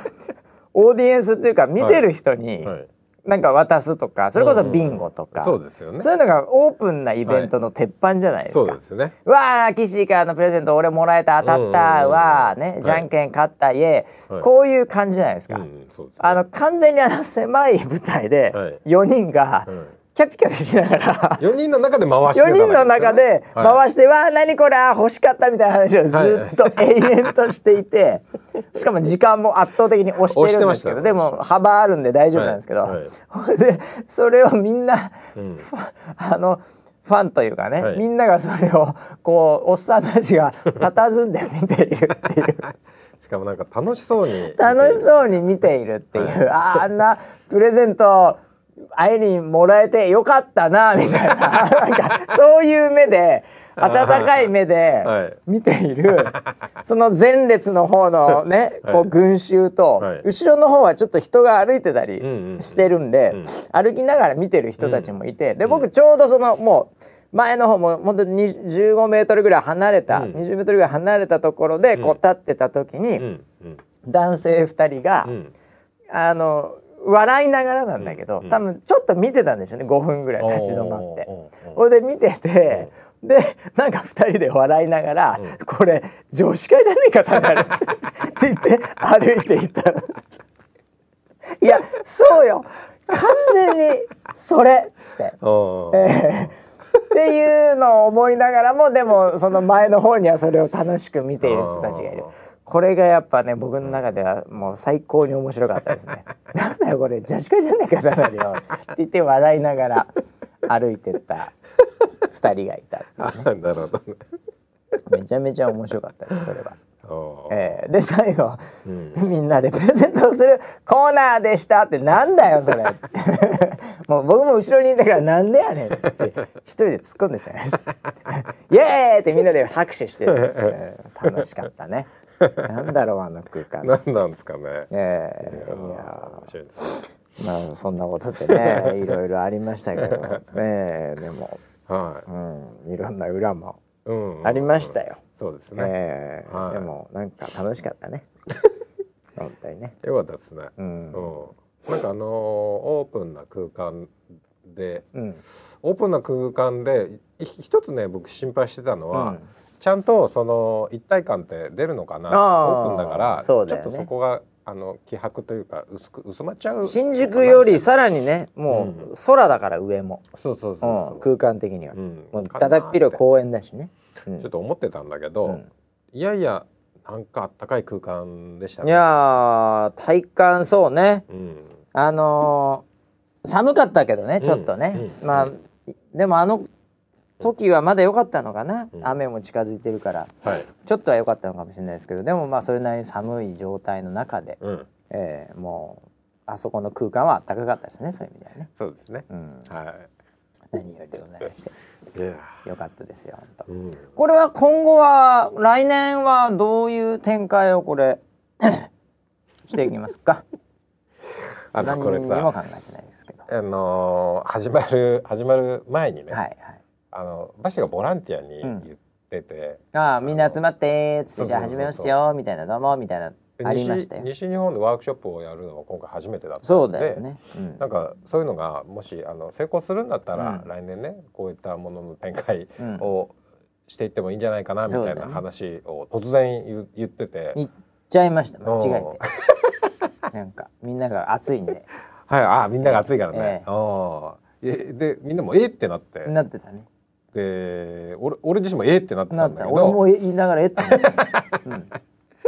A: オーディエンスっていうか見てる人に
B: う んはい
A: なんか渡すとかそれこそビンゴとか、
B: そうですよね
A: そういうのがオープンなイベントの鉄板じゃないですか。
B: そうですね
A: わあ岸からのプレゼント俺もらえた当たった、
B: うんうんうん
A: わあ
B: は
A: ね
B: い
A: じゃんけん勝った、イエーイ
B: はい
A: こういう感じじゃないですか。
B: うんそうですね
A: あの完全にあの狭い舞台で
B: はい
A: 4人が
B: うん
A: キャピキャピしながら
B: 4人の中で回してた
A: 4人の中で
B: し
A: 回して「わあ何これあー欲しかった」みたいな話をずっと延々としてい てしかも時間も圧倒的に押してるんですけど
B: 押してました
A: でも幅あるんで大丈夫なんですけど
B: はいはい
A: ほいでそれをみんな
B: うん
A: ファあのファンというかね
B: はい
A: みんながそれをこうおっさんたちが佇んで見ているっていう。
B: しかもなんか楽しそうに
A: 楽し
B: う
A: そうに見ているっていう、あーあんなプレゼントあいにもらえてよかったなみたいななんかそういう目で温かい目
B: は
A: で
B: い
A: 見ている、その前列の方のね、
B: はい
A: こう群衆と、
B: はい
A: 後ろの方はちょっと人が歩いてたり
B: んうん
A: してるんで、
B: うん
A: 歩きながら見てる人たちもいて、で僕ちょうどそのもう前の方も本当に15メートルぐらい離れた、
B: うん
A: 20メートルぐらい離れたところでこう立ってた時に、
B: うんうん
A: 男性2人が、
B: うん
A: あの笑いながらなんだけど、
B: うんうん
A: 多分ちょっと見てたんでしょうね5分ぐらい立ち止まって
B: おーおーおーおー。
A: ほいで見てて、でなんか2人で笑いながら「これ女子会じゃねえかただの」って言って歩いていったの。いやそうよ完全にそれっつって。
B: おー
A: えーっていうのを思いながらもでもその前の方にはそれを楽しく見ている人たちがいる
B: あー
A: これがやっぱね僕の中ではもう最高に面白かったです ねなんだよこれ女子会じゃねえかだなりよって言って笑いながら歩いてった2人がいた
B: あー なるほどね
A: めちゃめちゃ面白かったですそれは。
B: おー
A: えーで最後、みんなでプレゼントをするコーナーでしたってなんだよそれ もう僕も後ろにいたからなんでやねんって一人で突っ込ん でしまいましたイエーイってみんなで拍手して、 えー楽しかったねなんだろうあの空間、
B: 何なんですかね
A: えーいや
B: 面白いですね
A: ーまあそんなことってねいろいろありましたけど、えーでも、
B: は
A: うん、いろんな裏も
B: いうんうん
A: ありましたよ、
B: そうですね
A: えー
B: はい
A: でもなんか楽しか ったね本当にね
B: よかったですね
A: う
B: うん
A: ん
B: なんかあのーオープンな空間で
A: うん
B: オープンな空間でい一つね僕心配してたのは、
A: うん
B: ちゃんとその一体感って出るのかなオ
A: あー
B: ープンだから
A: そうだよね
B: ちょっとそこがあの希薄というか薄く薄まっちゃう
A: 新宿よりさらにねもう空だから上も、
B: そうそうそう
A: う
B: そ
A: ん、
B: う
A: 空間的には、
B: うん
A: もうだだっ広い公園だしね、うん
B: ちょっと思ってたんだけど、
A: うん
B: いやいやなんかあったかい空間でした
A: い
B: ね。
A: やー体感そうね
B: うん、
A: あのー寒かったけどねちょっとね、
B: うん
A: まあ、でもあの時はまだ良かったのかな、
B: うん
A: 雨も近づいてるから
B: はい。
A: ちょっとは良かったのかもしれないですけどでもまあそれなりに寒い状態の中で、
B: うん。
A: えーもうあそこの空間は暖かかったですねそういう意味ではね、
B: そうですね。
A: うん、
B: は
A: 何よりでございまして
B: い。いや
A: 良かったですよ本当
B: ー。うん。
A: これは今後は来年はどういう展開をこれ していきますか
B: あ
A: 何に
B: のこれ
A: も
B: さ、
A: 考えてないですけどは
B: あのー始まる 始まる前に
A: い
B: ね、
A: はい
B: あのバシがボランティアに
A: うん
B: 言ってて、
A: ああみんな集まってーっつっ
B: そう
A: てじ
B: そう
A: ゃあ
B: そ
A: 始
B: うそう
A: めますよみたいなどうもみたいな
B: で
A: ありましたよ
B: 西西日本でワークショップをやるのは今回初めてだったので、
A: そうだよね、う
B: なんかそういうのがもしあの成功するんだったら、
A: うん
B: 来年ねこういったものの展開
A: うん
B: をしていってもいいんじゃないかなみた
A: そ
B: いう
A: だ
B: な
A: ね
B: 話を突然言言ってて、
A: 言っちゃいました間違
B: お
A: えてなんかみんなが暑いんで
B: はいあみんなが暑いからね
A: え、え
B: あーえでみんなもえーってなって、
A: なって たね
B: で俺俺自身もえーってなって
A: な
B: た
A: っ
B: ん
A: て
B: だ
A: た
B: け
A: 俺
B: ど
A: も言いながらえっと思った、 うん、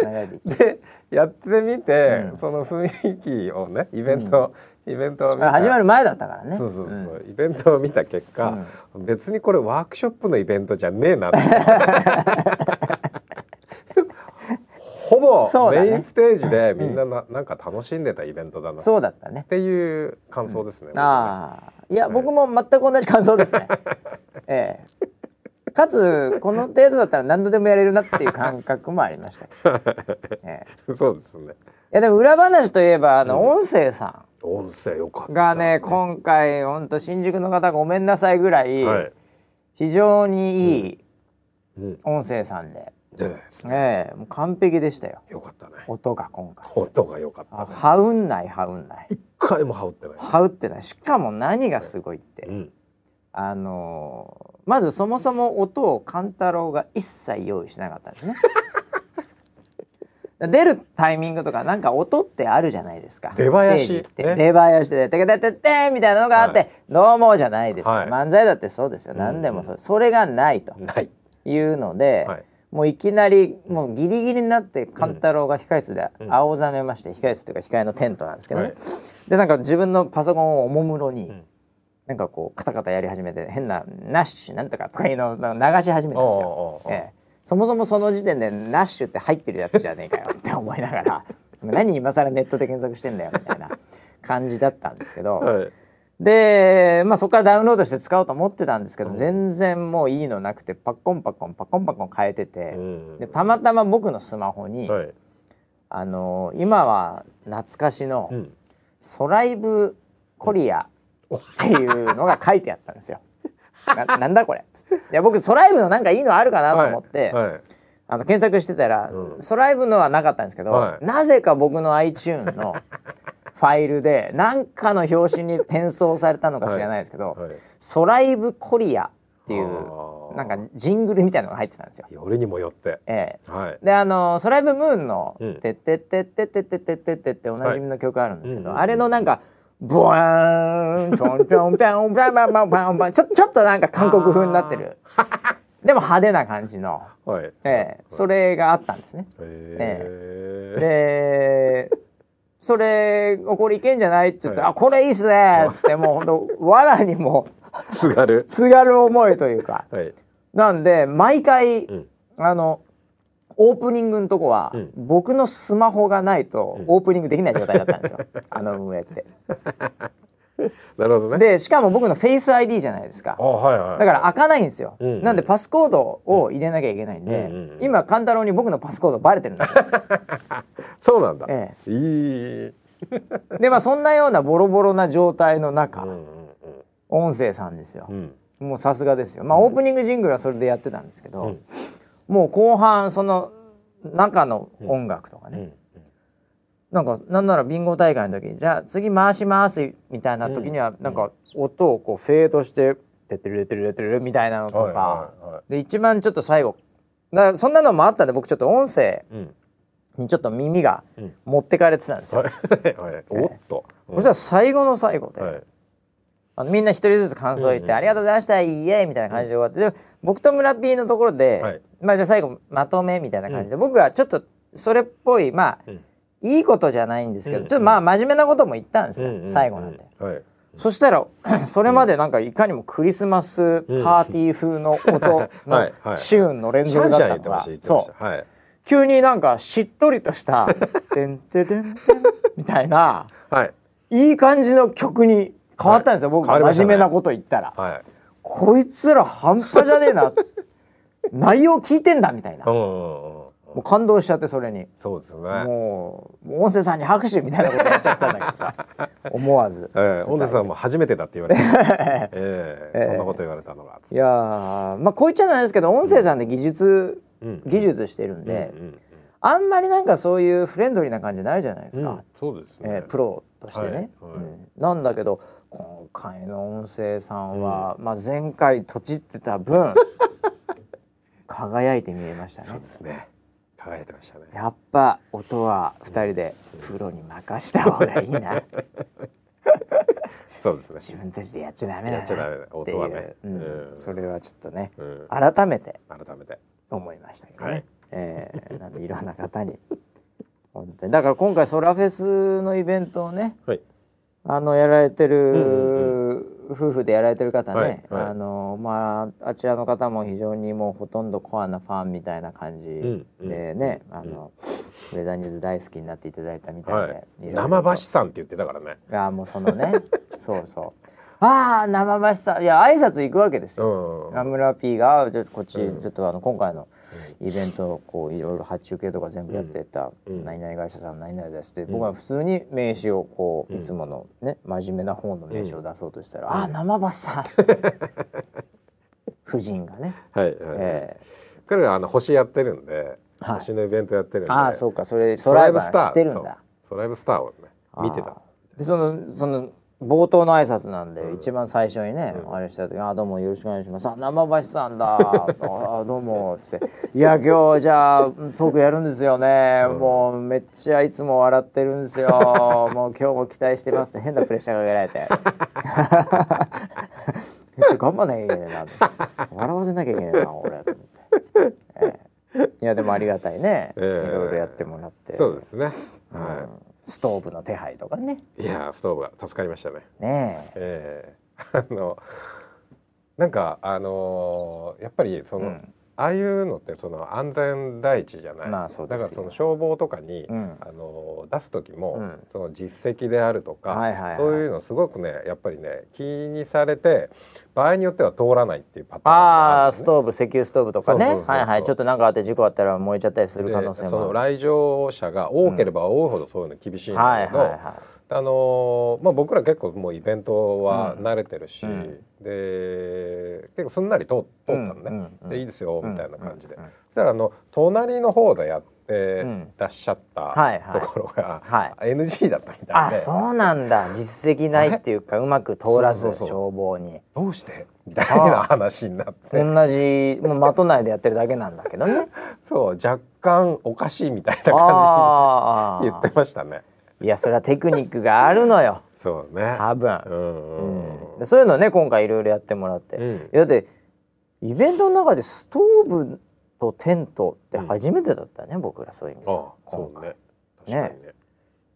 A: 流れていって
B: でやってみて、
A: うん
B: その雰囲気をねイベント、イベントを見た
A: あ始まる前だったからね
B: そうそうそう、イベントを見た結果、別にこれワークショップのイベントじゃねえなって ほ
A: そ
B: ぼ
A: うだね
B: メインステージでみんなな,、なんか楽しんでたイベントだ
A: う、
B: なんっ
A: そうだったね
B: ていう感想ですね、僕ね
A: ああいや僕も全く同じ感想です ね。ええ、かつこの程度だったら何度でもやれるなっていう感覚もありました。 ええ、
B: そうです
A: い
B: ね
A: やでも裏話といえばあの音声さ
B: 音声よかっ
A: ん
B: た
A: がね、今回本当新宿の方ごめんなさいぐらい、
B: はい、
A: 非常にいい
B: うん、
A: 音声さんで、
B: じゃないですね
A: ええ、もう完璧でしたよ
B: よかったね
A: 音が今回。
B: 音が良かった
A: あはうんないはうんない。
B: 一回も羽織ってない、
A: はうってないしかも何がすごいって。
B: うん、
A: あのーまずそもそも音を勘太郎が一切用意しなかったんですね。出るタイミングとかなんか音ってあるじゃないですか。
B: 出囃子
A: ステージって
B: ね
A: 出囃子で「てけててて」みたいなのがあって「
B: はい
A: どうも」じゃないですよ、
B: はい
A: 漫才だってそうですよ
B: うん
A: 何でもそう、それがないと
B: ない
A: いうので、
B: はい
A: もういきなりもうギリギリになって勘太郎が控室で
B: うん
A: 青ざめまして控室というか控えのテントなんですけどね、
B: はい
A: でなんか自分のパソコンをおもむろに、
B: ん
A: なんかこうカタカタやり始めて変な「ナッシュ」なんとかとかいうのを流し始めたんですよ
B: おうおうお
A: え
B: う。
A: えそもそもその時点で「ナッシュ」って入ってるやつじゃねえかよって思いながら 何今更ネットで検索してんだよみたいな感じだったんですけど。
B: はい
A: で、まあ、そこからダウンロードして使おうと思ってたんですけど、全然もういいのなくてパッコンパッコンパッコンパッコン変えてて、
B: うん
A: でたまたま僕のスマホに、
B: はい
A: あのー今は懐かしの
B: うん
A: 「ソライブコリア」っていうのが書いてあったんです よ。ななんだこれつっていや僕ソライブのなんかいいのあるかなと思って、
B: はいはい
A: あの検索してたら、
B: うん
A: ソライブのはなかったんですけど、
B: はい
A: なぜか僕の iTune のファイルで何かの表紙に転送されたのか知らないですけど「
B: はい
A: ソライブコリア」ってい
B: あ
A: う
B: ー
A: なんかジングルみたいなのが入ってたんですよ。
B: よりにもよって
A: ええ
B: はい
A: であのソライブムーンの
B: うん
A: 「てってってってってってってってって」っておなじみの曲あるんですけど、
B: はいうんうんうん
A: あれのなんか「ブワーンチョンチョンピョンピョンピョンピョンピョンピョン」ちょちょっとなんか韓国風になってるでも派手な感じの、
B: はい
A: ええそれがあったんですね。
B: ええ
A: でそれおこれいけんじゃないって言って「
B: はい
A: あこれいいっすね」っつってもうほんとわらにも
B: 津軽
A: すがる思いというか
B: はい
A: なんで毎回、
B: うん
A: あのオープニングのとこは、
B: うん
A: 僕のスマホがないとオープニングできない状態だったん ですよ、あの運営って。
B: なるほどね
A: でしかも僕のフェイス ID じゃないですか
B: あはいはい
A: だから開かないんですよ、
B: うんうん
A: なんでパスコードを入れなきゃいけないんで、
B: うんうんうん
A: 今勘太郎に僕のパスコードバレてるんです よ。
B: そうなんだ
A: え
B: いい
A: でまあそんなようなボロボロな状態の中、
B: うんうんうん
A: 音声さんですよ
B: う、ん
A: もうさすがですよまあオープニングジングルはそれでやってたんですけど、
B: うん
A: もう後半その中の音楽とか
B: う
A: ね、
B: ん
A: なんかなんならビンゴ大会の時にじゃあ次回しますみたいな時には、なんか音をこうフェードして「てってるてるてる」みたいなのとか、
B: はいはいは
A: で一番ちょっと最後だからそんなのもあったんで僕ちょっと音声
B: いうん
A: にちょっと耳が
B: うん
A: 持ってかれてたんですよ。
B: はい はいおっと
A: そしたら最後の最後で、
B: はい
A: あのみんな一人ずつ感想言って、
B: うんうん
A: ありがとうございましたイエーイみたいな感じで終わって、で僕と村 P のところで、
B: はい
A: まあじゃあ最後まとめみたいな感じで、僕はちょっとそれっぽいまあ
B: うん
A: いいことじゃないんですけど、
B: うん
A: ちょっとまあ真面目なことも言ったんですよ、
B: うんうん
A: 最後なんで。
B: はい
A: そしたら それまでなんかいかにもクリスマスパーティー風の音
B: はいは
A: の
B: い
A: シューンの連
B: シャ
A: 続
B: ンシャン
A: だっ
B: 言ったて
A: の
B: ま
A: が
B: した言ってまし
A: そ
B: た
A: う
B: はい
A: 急になんかしっとりとした「てんててんてん」みたい な
B: はい
A: いい感じの曲に変わったんですよ、
B: はい
A: 僕
B: 変わり
A: が
B: ました
A: 真
B: ね
A: 面目なこと言ったら、
B: はい
A: こいつら半端じゃねえな 内容聞いてんだみたいなも
B: うんうんうん
A: う感動しちゃってそれに。
B: そうですね
A: もうもう音声さんに拍手みたいなことやっちゃったんだけどさ 思わず
B: ええ音声さんも初めてだって言われて、ええ
A: ええ
B: そんなこと言われたのがつっ
A: い
B: て
A: やーまあこう言っちゃなんですけど音声さんで技術、
B: うん
A: 技術してるんで、
B: うんうん
A: あんまりなんかそういうフレンドリーな感じないじゃないです
B: う
A: か、
B: ん、そうですね、
A: えープロとしてね、
B: はいはい
A: うんなんだけど今回の音声さんは、まあ、前回とちってた 分輝いて見えましたね
B: そうですね輝いてましたね
A: やっぱ音は2人でプロに任した方がいい な
B: そうですね
A: 自分たちでやっちゃダメだな
B: やっちゃダメだ
A: っていう
B: 音はね
A: うん
B: うん
A: それはちょっとね、
B: うん
A: 改めて
B: 改めて
A: 思いましたけどね、
B: はい
A: えーなんでいろんな方に本当にだから今回ソラフェスのイベントをね
B: はい
A: あのやられてる、
B: うん
A: 夫婦でやられてる方ね、
B: はいはい
A: あのまああちらの方も非常にもうほとんどコアなファンみたいな感じ
B: うん
A: でね、あのウェザーニューズ大好きになっていただいたみたいで、
B: はい
A: いろいろと
B: 生橋さんって言ってたからね
A: あーもうそのねそうそうああ生橋さんいや挨拶行くわけです
B: う
A: よ、
B: ん
A: 名村 P がちょっとこっち、
B: うん
A: ちょっとあの今回のイベントこういろいろ発注系とか全部やってた、
B: うん
A: 何々会社さん何々ですって、僕は普通に名刺をこういつものね真面目な方の名刺を出そうとしたら、ああ生橋 さん夫人がね、
B: はいはい、
A: え
B: 彼らあの星やってるんで、
A: はい
B: 星のイベントやってるんで
A: あ
B: あ
A: ーそうかそれソライバー知ってるんだ
B: ソライブスターをね
A: ー
B: 見てた
A: でそのその冒頭の挨拶なんで、一番最初にね、お話しした時にあどうもよろしくお願いします」あ「生橋さんだ」あ「どうも」つって「いや今日じゃあトークやるんですよね、もうめっちゃいつも笑ってるんですよもう今日も期待してます」変なプレッシャーかけられて。めっちゃ頑張んなきゃ いけないな笑わせなきゃいけないな俺と思って、ええいやでもありがたいね、
B: ええ
A: いろいろやってもらって
B: そうですね、
A: う
B: は
A: んストーブの手配とかね
B: いいやーストーブが助かりましたね
A: ねえ
B: え えあのなんかあのーやっぱりその、
A: うん
B: ああいうのってその安全第一じゃない、
A: まあそうです
B: だ
A: よ
B: からその消防とかに、
A: うん
B: あのー出す時も、
A: うん
B: その実績であるとか、
A: はいはいはい
B: そういうのすごくねやっぱりね気にされて場合によっては通らないっていうパターンが
A: あ
B: あ
A: あ
B: るんです
A: ス
B: ね
A: トーブ石油ストーブとかね
B: そうそうそうそう
A: はいはいちょっと何かあって事故あったら燃えちゃったりする可能性
B: でその
A: もある
B: 来場者が多ければ多いほどそういうの厳しいん
A: は
B: だ
A: い
B: けど、
A: はいは
B: あのーまあ、僕ら結構もうイベントは慣れてるし、
A: うん
B: で結構すんなり通通ったのね、
A: うんうんうん
B: でいいですよ
A: うん
B: みたいな感じで、
A: うんうん
B: そしたらあの隣の方でやって
A: ん
B: らっしゃった、
A: はいはい
B: ところが、
A: は
B: NG だったみたいで、
A: あそうなんだ実績ないっていうかうまく通らず
B: そうそうそう
A: 消防 に
B: どうしてみたいな話になって
A: 同じもう的内でやってるだけなんだけど ね
B: そう若干おかしいみたいな感
A: あ
B: じで言っ
A: あ
B: てましたね。
A: いやそれはテクニックがあるのよ
B: そうね
A: 多分、
B: うんうん
A: でそういうのね今回いろいろやってもらって、
B: うん
A: いやだってイベントの中でストーブとテントって初めてだったね、僕らそういう意味で
B: ああそうね確かにね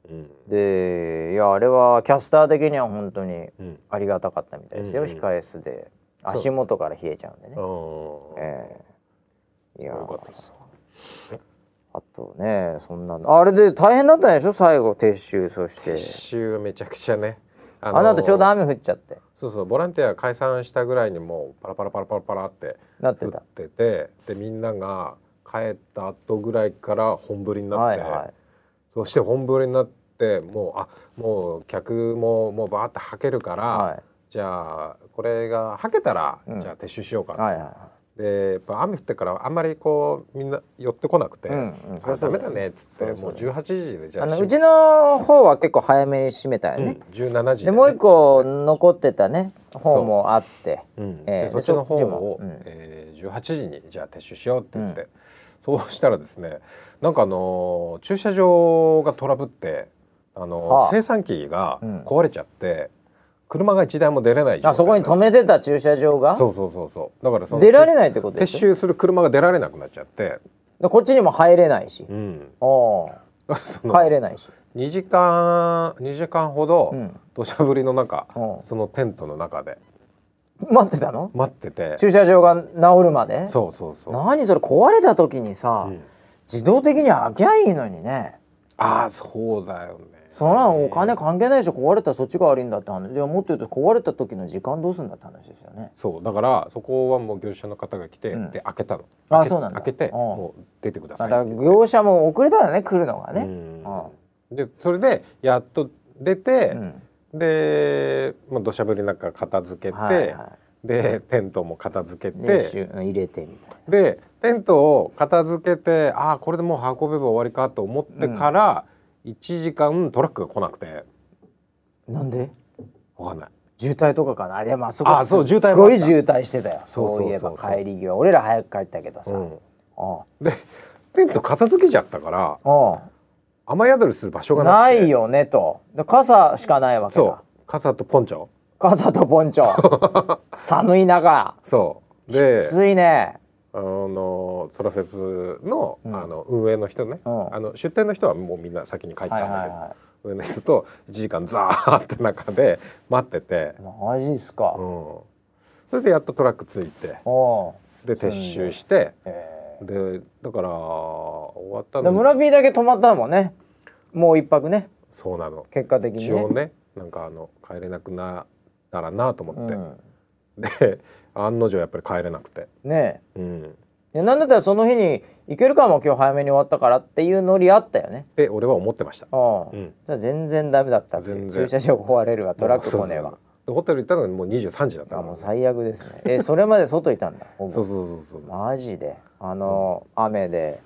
B: うん
A: でいやあれはキャスター的には本当に
B: うん
A: ありがたかったみたいですよ、
B: うんうん
A: 控え室で
B: そう
A: 足元から冷えちゃうんでね、
B: ああ
A: ええいや
B: よかったです
A: あとねそんなのあれで大変だったでしょ最後撤収そして
B: 撤収めちゃくちゃねあ
A: あの後ちょうど雨降っちゃって
B: そうそうボランティア解散したぐらいにもうパラパラパラパラパラって
A: なって
B: 降ったててでみんなが帰った後ぐらいから本降りにな
A: は
B: っ
A: い
B: て、
A: はい
B: そして本降りになってもうあもう客ももうバーってはけるから、
A: はい
B: じゃあこれがはけたら、
A: うん
B: じゃあ撤収しようかって
A: はいはいはい
B: でやっぱ雨降ってからあんまりこうみんな寄ってこなくて「
A: うんうんそり
B: あ
A: ゃそうだ
B: ダメ
A: よ
B: だね」っつって
A: そりゃ
B: も
A: そううだよ
B: 18時でじゃあ
A: あの
B: し
A: うちの方は結構早めに閉めたよ
B: うん
A: ね、
B: 17時
A: で
B: ね
A: もう一個残ってたね方もあって
B: うん
A: ええ
B: でそっちの方
A: でそっ、
B: を
A: ちもうん
B: えー18時にじゃあ撤収しようって言って、そうしたらですねなんかあのー駐車場がトラブって、あのー
A: はあ
B: 生産機が
A: うん
B: 壊れちゃって、車が1台も出れない状態
A: あそこに止めてた駐車場が
B: そうそうそうそうだからその
A: 出られないってこと
B: 撤
A: でしょ
B: 収する車が出られなくなっちゃって、
A: こっちにも入れないし、
B: うん、
A: おー
B: その
A: 帰れないし
B: 2時間2時間ほど
A: うん
B: 土砂降りの中、
A: うん
B: そのテントの中で
A: 待ってたの
B: 待ってて
A: 駐車場が治るまで
B: そうそうそう、
A: 何それ壊れた時にさ、
B: うん
A: 自動的に開きゃいいのにね
B: ああそうだよね
A: そんなのお金関係ないでしょ壊れたらそっちが悪いんだって話でももっと言うと壊れた時の時間どうすんだって話ですよね
B: そうだからそこはもう業者の方が来て、
A: うん
B: で開けたの
A: あ
B: 開け
A: そうなんだ
B: 開けて
A: うん
B: もう出てくださ
A: ま
B: い
A: た
B: って言って
A: 業者も遅れたらね来るのがね
B: うんでそれでやっと出て
A: う、ん
B: で、まあ、土砂降りの中片付けて、
A: はいは
B: でテントも片付け
A: いで
B: て
A: 入れてみたい
B: でテントを片付けてああこれでもう運べば終わりかと思ってから、1時間トラックが来なくて
A: ななんで
B: わかんない
A: 渋滞とかかなあでもあそこ
B: あそう渋滞
A: すっ
B: も
A: ご
B: あった
A: い渋滞してたよ
B: そうそうそうそう
A: そういえば帰り際俺ら早く帰ったけどさ、
B: う
A: うんん、あ
B: でテント片付けちゃったから
A: あ
B: 雨宿りする場所がな
A: な
B: くて
A: いよねとで傘しかないわけ
B: そ
A: だ
B: う傘とポンチョ
A: 傘とポンチョ 寒い中
B: そう
A: き
B: で
A: ついね
B: あのソラフェスの,、
A: うん
B: あの運営の人ね、
A: うん
B: あの出店の人はもうみんな先に帰ったん
A: は
B: だ
A: い
B: け
A: はい
B: ど、
A: は
B: 運営の人と1時間ザーって中で 待ってて、
A: いマジっすか、
B: う
A: お
B: ん、それでやっとトラック着いて
A: お
B: で撤収して
A: うえ
B: でだから終わった
A: ーで
B: の
A: 村 P だけ泊まったもんねもう一泊ね
B: そうなの
A: 結果的に
B: 一
A: ね
B: 応ねなんかあの帰れなくなったらなと思って、
A: うん
B: で案の定やっぱり帰れなくて、
A: ね
B: うん、
A: えでなんだったらその日に行けるかも今日早めに終わったからっていうノリあったよね
B: で俺は思ってました。
A: う
B: うんん
A: じゃあ全然ダメだったっていう
B: 全然
A: 駐車場壊れるわトラック来ねえわ
B: そうそうそうでホテル行ったのがもう23時だった
A: あ
B: の
A: もう最悪ですねえそれまで外いたんだほぼ
B: そうそうそうそう
A: マジであの、雨で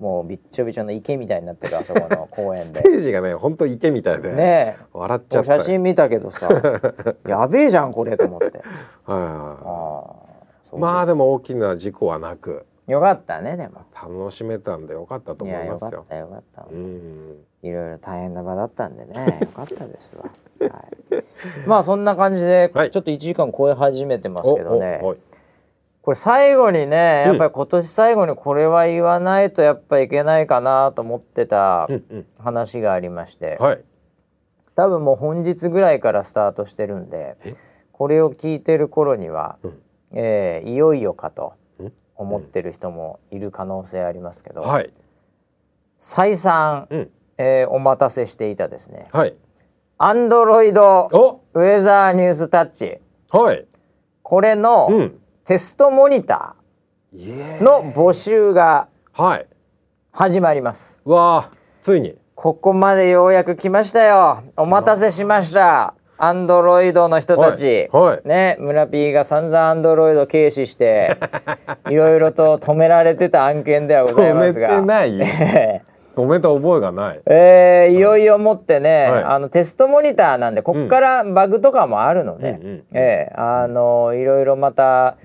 A: もうびっちょびちょの池みたいになってるあそこの公園
B: ス
A: で
B: テージがね本当池みたいで、
A: ね
B: 笑っち
A: え
B: ゃ
A: お
B: った
A: 写
B: よ
A: 真見たけど さやべえじゃんこれと思って
B: はいはい
A: あ
B: は
A: あそ
B: いうまあでも大きな事故はなく
A: よかったねでも
B: 楽しめたんでよかったと
A: い
B: 思
A: や
B: いま
A: よ
B: す
A: かっ
B: よ
A: たよかった、
B: うん
A: いろいろ大変な場だったんでねよかったですわ、はい、まあそんな感じで、
B: はい
A: ちょっと1時間超え始めてます
B: お
A: けどね
B: おおい
A: これ最後にねや
B: うん
A: っぱり今年最後にこれは言わないとやっぱいけないかなと思ってた
B: うんうん
A: 話がありまして、
B: はい
A: 多分もう本日ぐらいからスタートしてるんで
B: え
A: これを聞いてる頃には、
B: うん
A: えーいよいよかと
B: うん
A: 思ってる人もいる可能性ありますけど、
B: はい
A: 再三、
B: うん
A: えーお待たせしていたですね
B: はい
A: アンドロイド
B: お
A: ウェザーニュースタッチ
B: はい
A: これ
B: う
A: の
B: ん
A: テストモニタ
B: いえ
A: ーの募集が
B: はい
A: 始まります。
B: うわあついに
A: ここまでようやく来ましたよ。お待たせしました。アンドロイドの人たち。
B: はいはい
A: ね、村 P が散々アンドロイド軽視 して、いろいろと止められてた案件ではござい
B: 止
A: ま
B: め
A: す
B: て
A: が。
B: ない
A: え
B: 止
A: え
B: めた覚えがない
A: えーいよいよもってね、
B: はい
A: あのテストモニターなんでここからバグとかもあるので、
B: うんうんうん
A: ええあのいろいろまた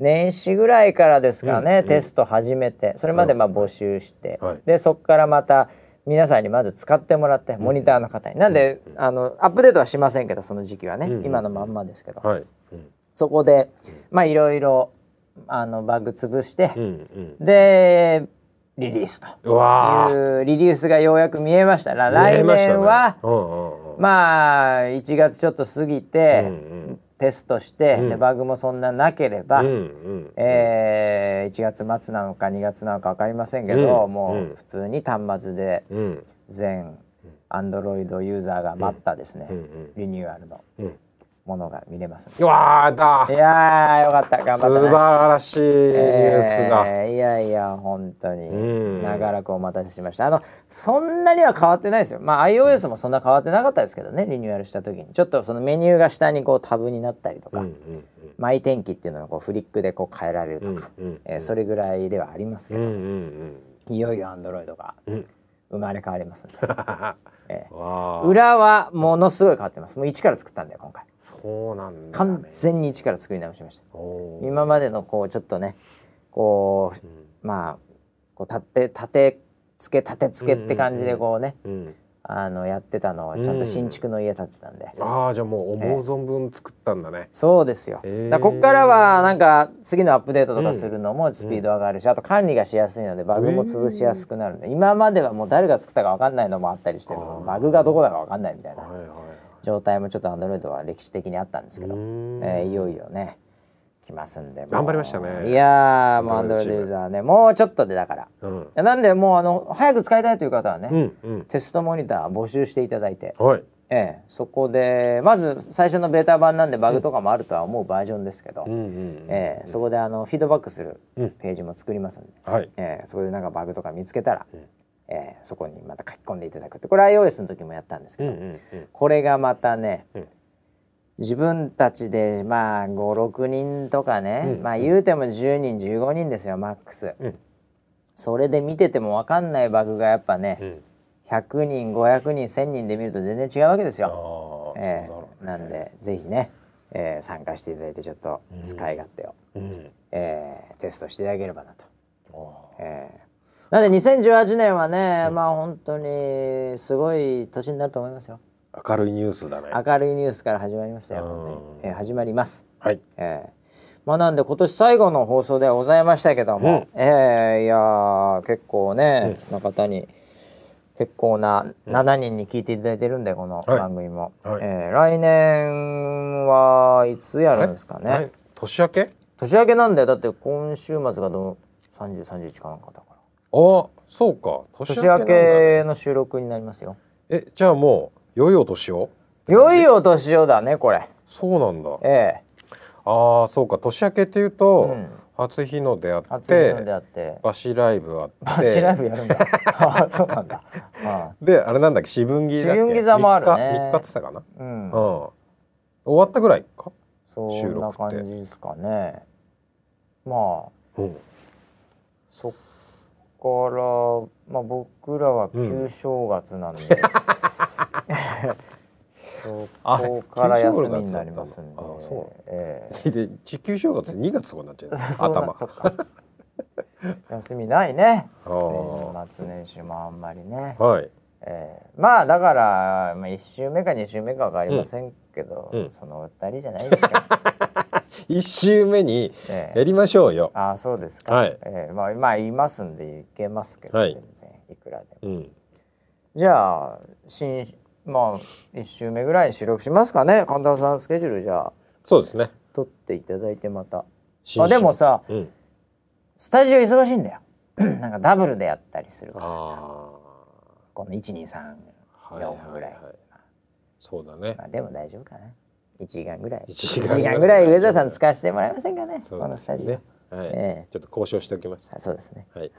A: 年始ぐらいからですかね、テスト始めてそれまでまあ募集して、
B: はい
A: でそこからまた皆さんにまず使ってもらってモニターの方に、なんで、あのアップデートはしませんけどその時期はね、
B: んうん
A: 今のまんまですけど、
B: はいうん
A: そこでまあいろいろあのバグ潰して、
B: うん
A: でリリースと。
B: うんうわあ
A: いうリリースがようやく見えましたら
B: 見え
A: 来
B: ましたね
A: 年は
B: うんうんうん
A: まあ1月ちょっと過ぎて、
B: うん
A: テストして、
B: うん
A: でバグもそんななければ、
B: うんうん
A: えー1月末なのか2月なのか分かりませんけど、
B: うん
A: も
B: うん
A: う普通に端末で
B: うん
A: 全 Android ユーザーが待ったですね、
B: うんうん
A: リニューアルの
B: うん
A: ものが見れますんで
B: うわあだ
A: いやーよかった頑張ったね
B: 素晴らしいニュースが、
A: えーいやいや本当に
B: うん
A: 長らくお待たせしましたあのそんなには変わってないですよまあ iOS もそんな変わってなかったですけどねリニューアルした時にちょっとそのメニューが下にこうタブになったりとか、
B: うんうん
A: マイ天気っていうのをこうフリックでこう変えられるとか、
B: うんうん
A: えーそれぐらいではありますけ
B: う
A: ど、
B: んうん
A: いよいよ Android が
B: うんうん
A: 生まれ変わりますんで、えー
B: わあ
A: 裏はものすごい変わってますもう一から作ったんだよ今回
B: そうなんだ、ね
A: 完、全に一から作り直しました
B: おー
A: 今までのこうちょっとねこうまあこう立て立てつけ立てつけって感じでこうね、
B: うん
A: あのやってたのはちゃんと新築の家建てたんで、
B: ああじゃあもう思う存分作ったんだね、
A: そうですよ、
B: へー
A: だからこっからはなんか次のアップデートとかするのもスピード上がるし、あと管理がしやすいのでバグも潰しやすくなるんで、今まではもう誰が作ったか分かんないのもあったりしてバグがどこだか分かんないみたいな
B: はいはいはい
A: 状態もちょっとアンドロイドは歴史的にあったんですけど、
B: うーん
A: えーいよいよね来ますんでもう
B: 頑張りましたね
A: いやーもうアンド
B: Android
A: ロイドユーザーねもうちょっとでだからい
B: うん
A: やなんでもうあの早く使いたいという方はね、
B: うんうん
A: テストモニター募集していただいて、
B: はい
A: ええ、そこでまず最初のベータ版なんでバグとかもあるとは思うバージョンですけど、
B: うんうんうん
A: ええ、そこであのフィードバックする
B: うん
A: ページも作りますんで、
B: はい
A: ええ、そこでなんかバグとか見つけたら、
B: うん
A: ええ、そこにまた書き込んでいただくってこれ iOS の時もやったんですけ
B: うん
A: ど、
B: うんうん
A: これがまたね、
B: うん
A: 自分たちでまあ56人とかね、
B: うん
A: まあ言うても10人15人ですよマックス。
B: うん
A: それで見てても分かんないバグがやっぱね、
B: うん
A: 100人500人1000人で見ると全然違うわけです
B: ああ
A: よ。
B: そうだ
A: え
B: ろ
A: えなんでぜひね、えー参加していただいてちょっと使い勝手を、
B: ううん
A: えーテストしていただければなと。
B: ああ
A: えーなんで2018年はね、まあ本当にすごい年になると思いますよ。
B: 明るいニュースだね
A: 明るいニュースから始まりましたよ。本当にえー始まります。
B: はい
A: えーまあなんで今年最後の放送ではございましたけども、えーいやー結構ね、な方に結構な7人に聞いていただいてるんでこの
B: はい
A: 番組も、
B: はい
A: えー来年はいつやるんですかね、
B: はい年明け
A: 年明けなんだよだって今週末がど30、31かなんかだから
B: ああそうか年
A: 年
B: 明けな
A: 明
B: んだ
A: けの収録になりますよ
B: えじゃあもう良いお年を
A: 良いお年をだねこれ
B: そうなんだ
A: ええ
B: ああそうか年明けっていうと、
A: うん
B: 初日の出あっ
A: 初日ので
B: て
A: あって
B: バシライブあって
A: バチライブや るんだあそうなんだあ
B: であれなんだっけ四分木だっけ
A: 四分木座もあるね
B: 三日三日って言ってたかな、う
A: あう
B: ん、
A: ん
B: 終わったぐらいか
A: そ
B: 収
A: んな
B: 録っ
A: 感
B: て
A: じですかねまあ
B: うん
A: そっからまあ僕らは旧正月なん で、そこから休みになりますんで
B: あ旧正月だったんだあそう
A: ええ
B: で地球正月二月とかになっちゃう
A: そうな
B: 頭
A: そっか休みないね
B: あー
A: 年末年始もあんまりね、
B: はい
A: ええまあだから、まあ、1週目か2週目か分かりませんけど、
B: うんうん
A: そのお二人じゃないです か、
B: 一週目に
A: ええ
B: やりましょうよ、
A: ああそうですか。
B: はい
A: えーまあまあ言いますんでいけますけど、
B: はい
A: 全然いくらでも。
B: うん
A: じゃあ新まあ一週目ぐらいに収録しますかね。神田さんスケジュールじゃあ
B: そうですね
A: 取っていただいてまた。
B: 新
A: あでも
B: 春
A: さ
B: うん
A: スタジオ忙しいんだよ。 なんかダブルでやったりするか
B: あ
A: らさ
B: あ
A: この一二三
B: ーはい
A: 四ぐらい。
B: ははそうだね
A: まあでも大丈夫かな。一時間ぐらい。
B: 一時間
A: 一ぐらい上田さん使わせてもらえませんかね。
B: そ
A: こ
B: う
A: の
B: で
A: ス
B: す
A: タジオ。
B: ねはい、
A: ええ
B: ちょっと交渉しておきます
A: あそうですね。
B: はい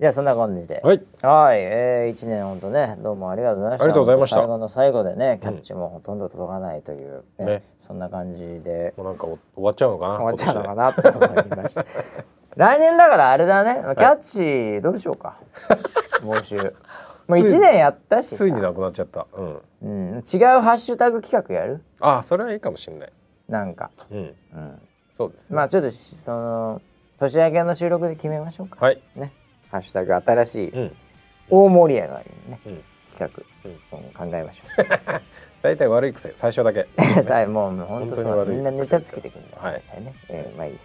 A: じゃあそんな感じで。
B: はい
A: はい、えー、1年本当ねどうもありがとうございました
B: ありがとうございました
A: 最後の最後でねキャッチもほとんど届かないという、ね
B: ね
A: そんな感じで
B: もうなんかお終わっちゃうのかな
A: 終わっちゃうのかなと思いました 来年だからあれだねキャッチどうしようか募集 もう
B: つい
A: 1年やったしさ
B: 今年ついになくなっちゃったうん
A: うん、違うハッシュタグ企画やる
B: あそれはいいかもしれない
A: なんか、
B: うん
A: うん、
B: そうですね、
A: まあちょっとしその年明けの収録で決めましょうか、
B: はい
A: ねハッシュタグ新しい
B: うん
A: 大盛り上がりのね
B: うん
A: 企
B: うん
A: 画、うん考えましょう
B: 大体悪い癖最初だけ
A: さあもうもう本当
B: 本当に
A: そう
B: 悪い
A: みんなネタつけてくるんだよ、
B: はい
A: ねえーまあいいや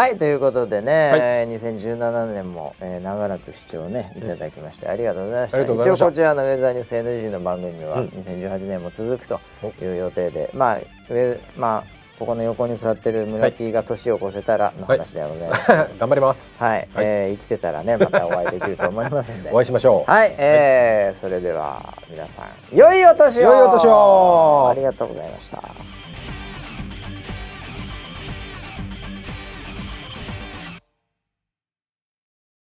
A: はいということでね、
B: はい
A: 2017年も、えー長らく視聴ねいただきまして、ありがとうございました
B: ありがとうございました
A: 一応こちらのウェザーニュース NG の番組は
B: うん
A: 2018年も続くという予定で、まあウェまあここの横に座ってる村木が年を越せたらの話ではございます、はい
B: 頑張ります はい
A: えー生きてたらねまたお会いできると思いますんで
B: お会いしましょう
A: はい、えーそれでは皆さん良いお年を
B: 良いお年を
A: ありがとうございました